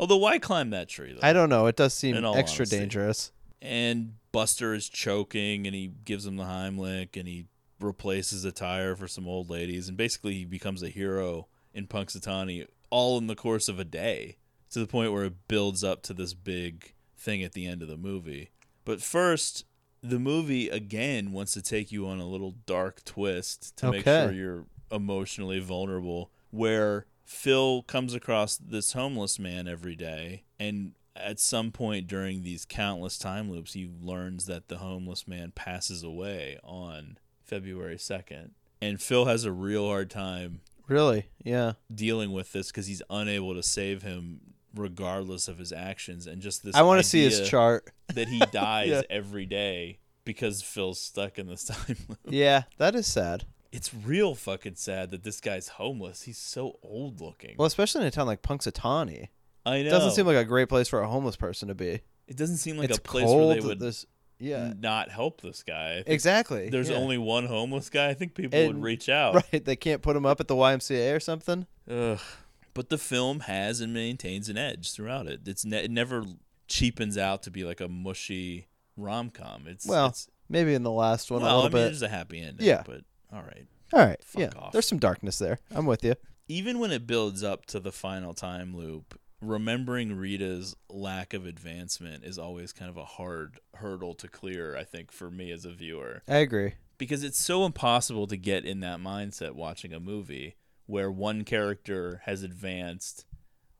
Although, why climb that tree? Though? I don't know. It does seem In all extra honesty. dangerous. And Buster is choking, and he gives him the Heimlich, and he replaces a tire for some old ladies, and basically he becomes a hero in Punxsutawney all in the course of a day, to the point where it builds up to this big thing at the end of the movie. But first, the movie again wants to take you on a little dark twist to make Okay. sure you're emotionally vulnerable where Phil comes across this homeless man every day and at some point during these countless time loops, he learns that the homeless man passes away on February 2nd. And Phil has a real hard time Really? Yeah. dealing with this because he's unable to save him regardless of his actions. And just this I wanna see his idea chart. that he dies (laughs) Yeah. every day because Phil's stuck in this (laughs) time loop. Yeah, that is sad. It's real fucking sad that this guy's homeless. He's so old looking. Well, especially in a town like Punxsutawney. I It know. doesn't seem like a great place for a homeless person to be. It doesn't seem like It's a place cold, where they would This, yeah. not help this guy. I think Exactly, There's yeah. only one homeless guy. I think people would and- reach out. (laughs) Right. They can't put him up at the YMCA or something. Ugh. But the film has and maintains an edge throughout it. It's ne- it never cheapens out to be like a mushy rom com. It's well, it's, maybe in the last one well, a little I mean, bit. there's a happy ending. Yeah. but all right. All right. Fuck yeah. off. There's some darkness there. I'm with you. even when it builds up to the final time loop, remembering Rita's lack of advancement is always kind of a hard hurdle to clear, I think, for me as a viewer. I agree. Because it's so impossible to get in that mindset watching a movie where one character has advanced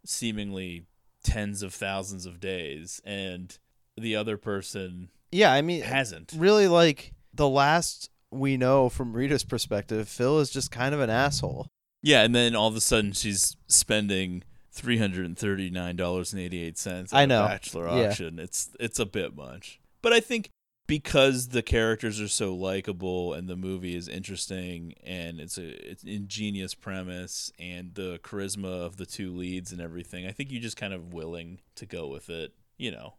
seemingly tens of thousands of days and the other person Yeah, I mean, hasn't. really like the last we know from Rita's perspective. Phil is just kind of an asshole. Yeah, and then all of a sudden she's spending three hundred and thirty nine dollars and eighty eight cents. I know. bachelor Yeah. auction. It's it's a bit much, but I think because the characters are so likable and the movie is interesting and it's a it's an ingenious premise and the charisma of the two leads and everything, I think you're just kind of willing to go with it. You know,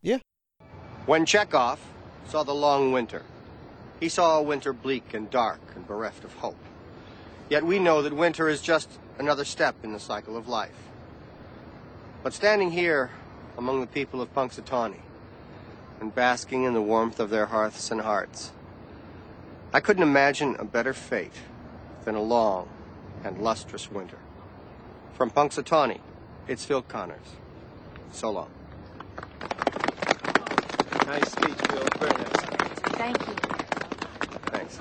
When Chekhov saw the long winter, he saw a winter bleak and dark and bereft of hope. Yet we know that winter is just another step in the cycle of life. But standing here among the people of Punxsutawney and basking in the warmth of their hearths and hearts, I couldn't imagine a better fate than a long and lustrous winter. From Punxsutawney, it's Phil Connors. So long. Nice speech, Phil. Very nice. Thank you. Thanks.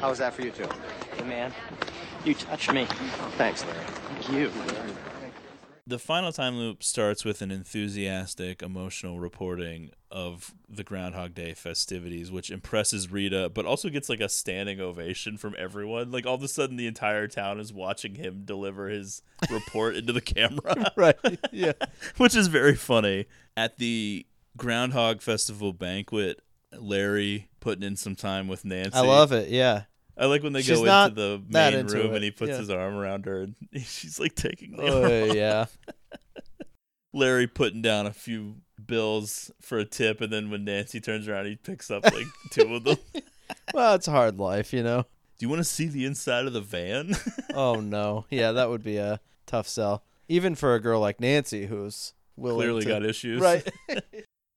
How was that for you, too? Hey, man. You touched me. Thanks, Larry. Thank you. The final time loop starts with an enthusiastic, emotional reporting of the Groundhog Day festivities, which impresses Rita, but also gets like a standing ovation from everyone. Like all of a sudden, the entire town is watching him deliver his report into the camera. (laughs) right. Yeah. (laughs) which is very funny. At the Groundhog Festival banquet, Larry putting in some time with Nancy. I love it. Yeah. (laughs) I like when they She's go not into the that main into room it. and he puts Yeah. his arm around her and (laughs) she's like taking the Oh, arm off. yeah. (laughs) Larry putting down a few bills for a tip, and then when Nancy turns around, he picks up like two (laughs) of them. Do Well, it's a hard life, you know. you want to see the inside of the (laughs) van? oh no. Yeah, that would be a tough sell, even for a girl like Nancy, who's willing Clearly to- got issues. (laughs) Right.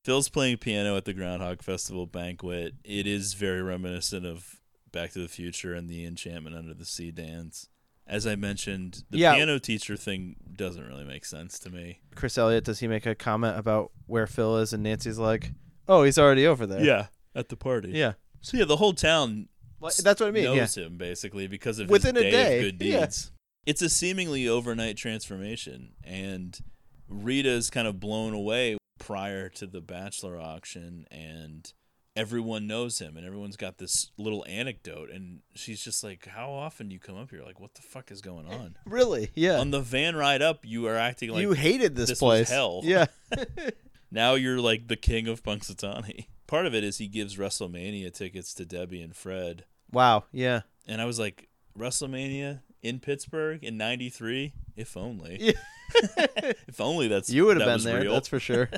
Phil's playing piano at the Groundhog Festival banquet. It is very reminiscent of Back to the Future and the Enchantment Under the Sea dance. As I mentioned, the Yeah. piano teacher thing doesn't really make sense to me. Chris Elliott, does he make a comment about where Phil is and Nancy's like, "Oh, he's already over there." Yeah, at the party. Yeah. So yeah, the whole town. Well, that's what I mean, Knows him basically because of Within a his day, day, of good yeah. deeds. It's a seemingly overnight transformation, and Rita's kind of blown away prior to the bachelor auction, and everyone knows him, and everyone's got this little anecdote, and she's just like, "How often do you come up here? Like, what the fuck is going on?" Really? Yeah. On the van ride up, you are acting like you hated this, was place. hell. Yeah. Now you're like the king of Punxsutawney. Part of it is he gives WrestleMania tickets to Debbie and Fred. wow. Yeah. And I was like, WrestleMania in Pittsburgh in 93? If only. (laughs) if only that's You would that have been was there. real. That's (laughs) for sure.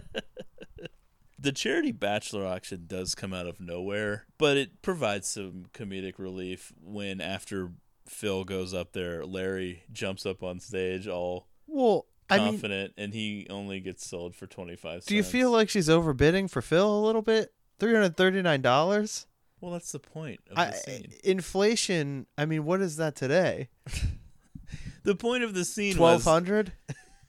The charity bachelor auction does come out of nowhere, but it provides some comedic relief when after Phil goes up there, Larry jumps up on stage all Well, I mean- confident and he only gets sold for 25 cents. Do you feel like she's overbidding for Phil a little bit? Three hundred thirty-nine dollars. Well, that's the point of the I, scene. inflation. I mean, what is that today? The point of the scene Twelve was hundred.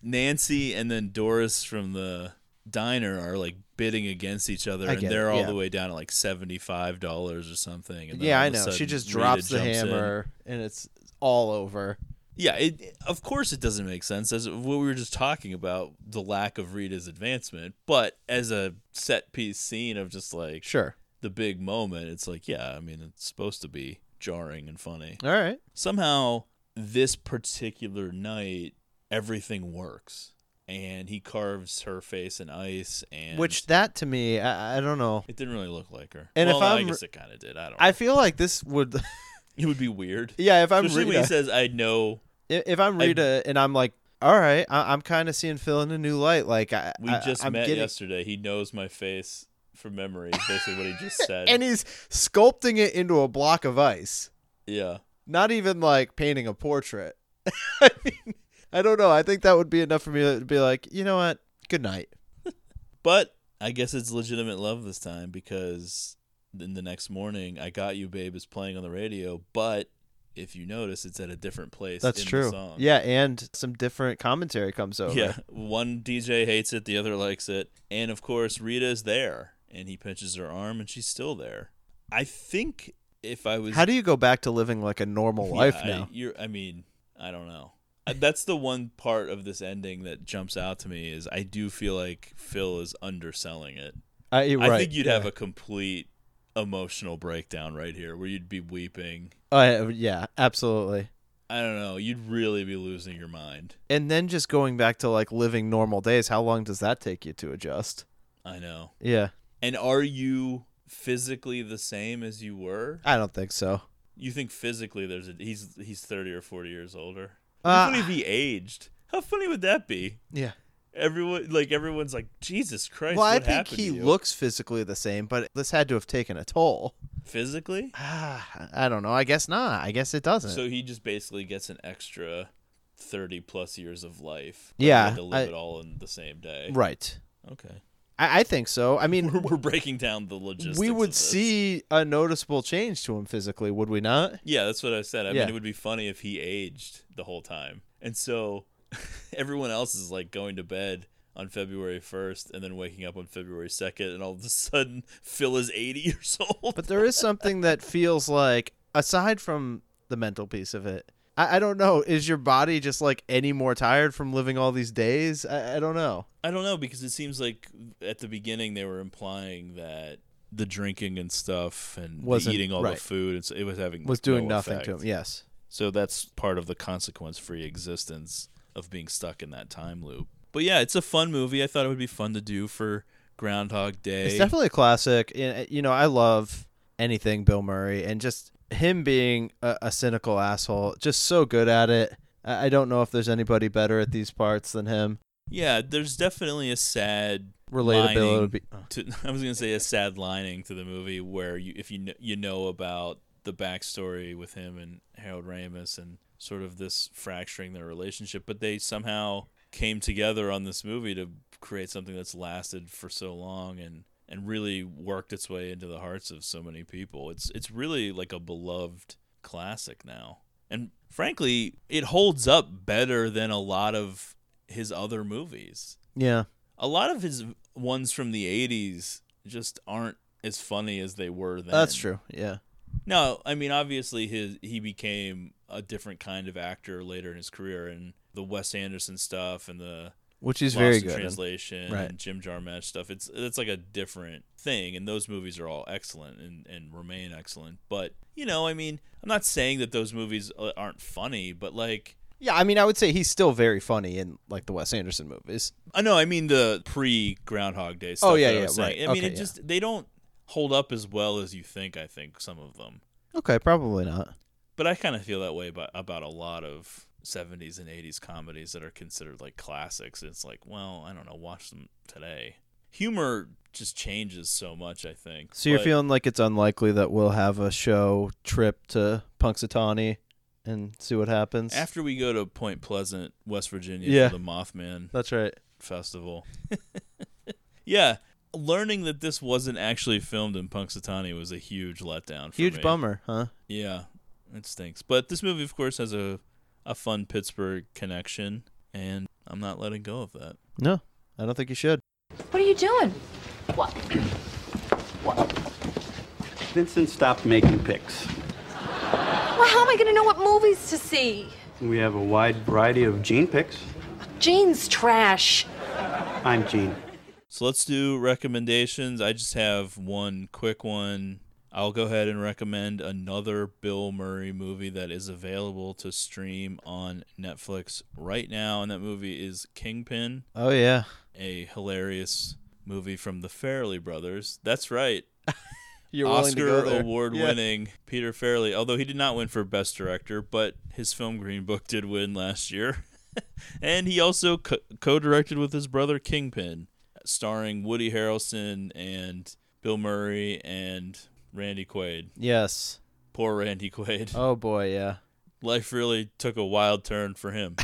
Nancy and then Doris from the diner are like bidding against each other, I and get they're it, all yeah. the way down to like seventy five dollars or something. And then Yeah, all I of a know. She sudden just Rita drops the jumps in. hammer, and it's all over. Yeah, it, of course it doesn't make sense as what we were just talking about the lack of Rita's advancement, but as a set piece scene of just like Sure. the big moment, it's like yeah, I mean it's supposed to be jarring and funny. All right. Somehow this particular night everything works and he carves her face in ice and Which that to me, I, I don't know. it didn't really look like her. And well, if no, I'm, I guess it kind of did. I don't I feel like this would. It would be weird. Yeah, if I'm Especially when Rita- he says, "I know." I- if I'm I- Rita and I'm like, all right, I, I'm kind of seeing Phil in a new light. Like I, We I- just I'm met getting, yesterday. He knows my face from (laughs) memory. is Basically, what he just said. and he's sculpting it into a block of ice. yeah, Not even like painting a portrait. (laughs) I mean, I don't know. I think that would be enough for me to be like, you know what? Good night. but I guess it's legitimate love this time because then the next morning, "I Got You, Babe" is playing on the radio. But if you notice, it's at a different place. That's in true. The song. Yeah, and some different commentary comes over. (laughs) Yeah, one DJ hates it, the other likes it, and of course Rita is there, and he pinches her arm, and she's still there. I think if I was How do you go back to living like a normal Yeah, life I, (laughs) now? You're, I mean, I don't know. Uh, That's the one part of this ending that jumps out to me is I do feel like Phil is underselling it. I- you're right, think you'd have yeah. a complete emotional breakdown right here where you'd be weeping. Uh, yeah, absolutely. I don't know. You'd really be losing your mind. And then just going back to like living normal days, how long does that take you to adjust? I know. Yeah. And are you physically the same as you were? I don't think so. You think physically there's a he's he's 30 or 40 years older. Uh, How funny if he aged. How funny would that be? Yeah. Everyone like everyone's like Jesus Christ. well, I what think happened to he you?" looks physically the same, but this had to have taken a toll. physically. Ah, I don't know. I guess not. I guess it doesn't. So he just basically gets an extra 30 plus years of life. but he Yeah, had to live I- it all in the same day. right. Okay. (laughs) I, I think so. I mean, We're breaking down the logistics. we of would this. see a noticeable change to him physically, would we not? Yeah, that's what I said. I Yeah. mean, it would be funny if he aged the whole time. And so (laughs) everyone else is like going to bed on February 1st and then waking up on February 2nd, and all of a sudden (laughs) Phil is 80 years old. But there is something that feels like, aside from the mental piece of it, I, I don't know. Is your body just like any more tired from living all these days? I, I don't know. I don't know because it seems like at the beginning they were implying that the drinking and stuff and the Wasn't- eating all the right. food and so it was having Was doing no nothing to effect. him, yes. So that's part of the consequence-free existence of being stuck in that time loop. But yeah, it's a fun movie. I thought it would be fun to do for Groundhog Day. It's definitely a classic. and, uh, You know, I love anything Bill Murray, and just him being a, a cynical asshole, just so good at it. I I don't know if there's anybody better at these parts than him. Yeah, there's definitely a sad Relatability lining would be- To, (laughs) I was gonna say a sad lining to the movie where you, if you kn- you know about the backstory with him and Harold Ramis and sort of this fracturing their relationship, but they somehow came together on this movie to create something that's lasted for so long and and really worked its way into the hearts of so many people. It's it's really like a beloved classic now. And frankly, it holds up better than a lot of his other movies. Yeah. A lot of his ones from the 80s just aren't as funny as they were then. That's true. Yeah. No, I mean obviously his he became a different kind of actor later in his career and the Wes Anderson stuff and the Which he's Lost very in good in. translation Right. and Jim Jarmusch stuff. It's it's like a different thing and those movies are all excellent and and remain excellent. But, you know, I mean, I'm not saying that those movies uh, aren't funny, but like Yeah, I mean, I would say he's still very funny in like the Wes Anderson movies. I know. Uh, I mean the pre Groundhog Day stuff. Oh, yeah, that I yeah, was saying. right. I mean, Okay, it yeah. just they don't hold up as well as you think. I think some of them, Okay, probably not. but I kind of feel that way about about a lot of '70s and '80s comedies that are considered like classics. It's like, well, I don't know, watch them today. Humor just changes so much. I think. So you're But feeling like it's unlikely that we'll have a show trip to Punxsutawney and see what happens. after we go to Point Pleasant, West Virginia, Yeah. for the Mothman. That's right. Festival. (laughs) yeah. Learning that this wasn't actually filmed in Punxsutawney was a huge letdown. For Huge me. bummer, huh? Yeah, it stinks. But this movie, of course, has a a fun Pittsburgh connection, and I'm not letting go of that. No, I don't think you should. What are you doing? What? Vincent stopped making picks. Well, how am I going to know what movies to see? We have a wide variety of Gene picks. Gene's trash. I'm Gene. So let's do recommendations. I just have one quick one. I'll go ahead and recommend another Bill Murray movie that is available to stream on Netflix right now, and that movie is Kingpin. Oh, yeah. A hilarious movie from the Farrelly brothers. That's right. You're willing to go Oscar there. award Yeah. winning Peter Farrelly, although he did not win for Best Director, but his film Green Book did win last year. (laughs) and he also co directed with his brother Kingpin, starring Woody Harrelson and Bill Murray and Randy Quaid. Yes. Poor Randy Quaid. Oh, boy, yeah. Life really took a wild turn for (laughs) him.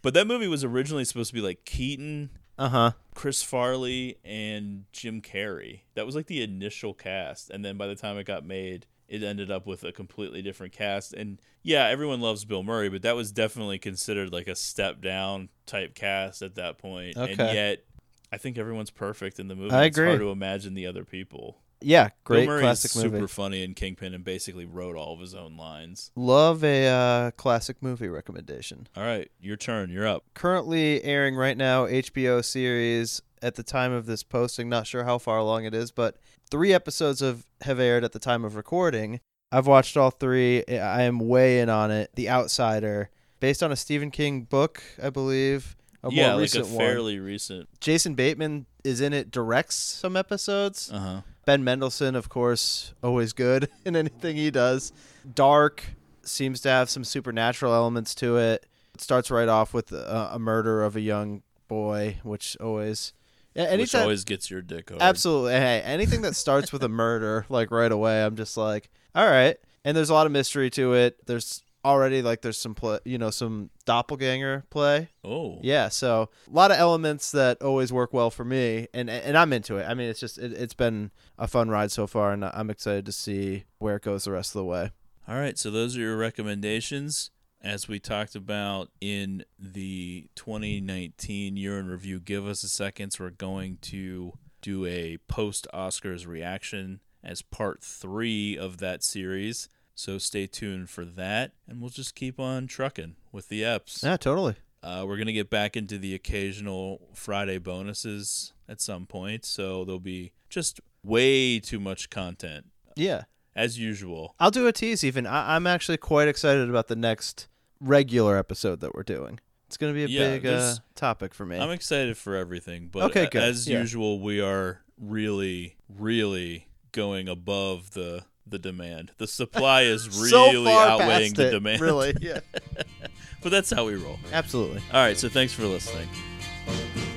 but that movie was originally supposed to be like Keaton, Uh-huh. Chris Farley and Jim Carrey. That was like the initial cast, and then by the time it got made, it ended up with a completely different cast. And yeah, everyone loves Bill Murray, but that was definitely considered like a step down type cast at that point. And Okay. yet, I think everyone's perfect in the movie. I It's agree. hard to imagine the other people. Yeah, great Bill Murray classic is super movie. funny in Kingpin and basically wrote all of his own lines. Love a uh, classic movie recommendation. All right, your turn. You're up. Currently airing right now HBO series at the time of this posting, not sure how far along it is, but three episodes of have aired at the time of recording. I've watched all three. I I am way in on it. The Outsider, based on a Stephen King book, I believe. A yeah, more like recent a one. fairly recent. Jason Bateman is in it, directs some episodes. Uh-huh. Ben Mendelsohn, of course, always good (laughs) in anything he does. Dark seems to have some supernatural elements to it. It starts right off with a, a murder of a young boy, which always, a- Which anytime, always gets your dick hard. Absolutely. Hey, anything that starts with (laughs) a murder, like right away, I'm just like, all right. And there's a lot of mystery to it. There's already like there's some play, you know, some doppelganger play. Oh. Yeah. So a lot of elements that always work well for me, and and I'm into it. I mean, it's just it, it's been a fun ride so far, and I'm excited to see where it goes the rest of the way. All right, so those are your recommendations. As we talked about in the 2019 year in review, give us a second. So we're going to do a post Oscars reaction as part three of that series. So stay tuned for that, and we'll just keep on trucking with the EPS. Yeah, totally. Uh, we're going to get back into the occasional Friday bonuses at some point. So there'll be just way too much content, Yeah. as usual. I'll do a tease even. I, I'm actually quite excited about the next regular episode that we're doing. It's going to be a Yeah, big uh, there's- topic for me. I'm excited for everything, but Okay, okay, good. as Yeah. usual, we are really, really going above the the demand. The supply is really (laughs) So far outweighing past the it, demand. really, yeah. (laughs) but that's how we roll. Absolutely. All right, so thanks for listening.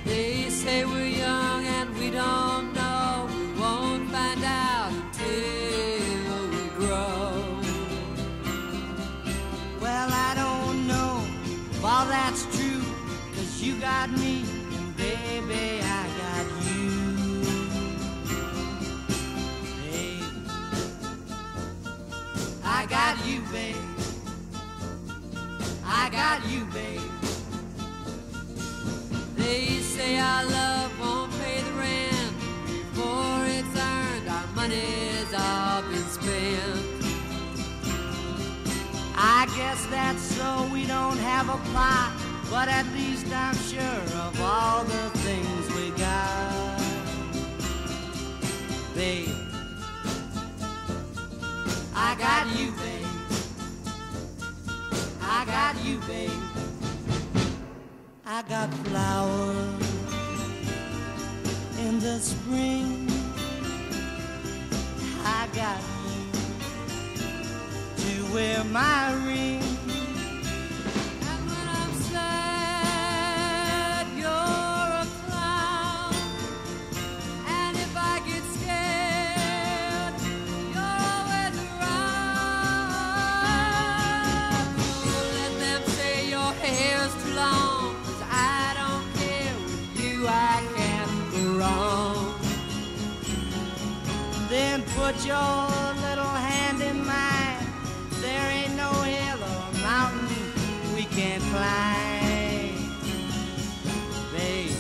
They say we're young and we don't know. We won't find out until we grow. Well, I don't know if all that's true, cause you got me, and baby, I got you. Babe, I got you, babe. I got you, babe. They say our love won't pay the rent before it's earned. Our money's all been spent. I guess that's so we don't have a plot, but at least I'm sure of all the things we got. Babe, I got you, babe. I got you, babe. I got flowers in the spring. I got to wear my ring. And when I'm sad, you're a clown. And if I get scared, you're always around. Don't let them say your hair's too long, 'cause I don't care with you, I can't go wrong. Then put your little hand in mine. There ain't no hill or mountain we can't climb. Babe,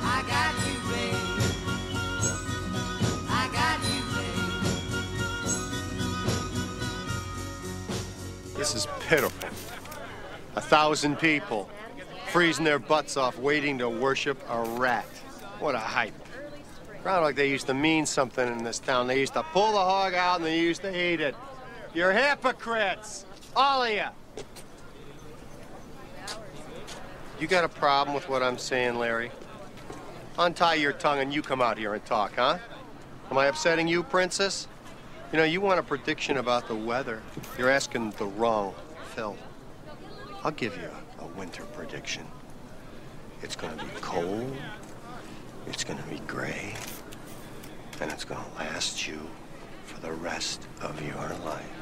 I got you, babe. I got you, babe. This This is pitiful. A thousand people freezing their butts off waiting to worship a rat. What a hype. Groundhog like they used to mean something in this town. They used to pull the hog out and they used to eat it. You're hypocrites, all of you. You got a problem with what I'm saying, Larry? Untie your tongue and you come out here and talk, huh? Am I upsetting you, Princess? You know, you want a prediction about the weather. You're asking the wrong Phil. I'll give you a winter prediction. It's going to be cold, it's going to be gray, and it's going to last you for the rest of your life.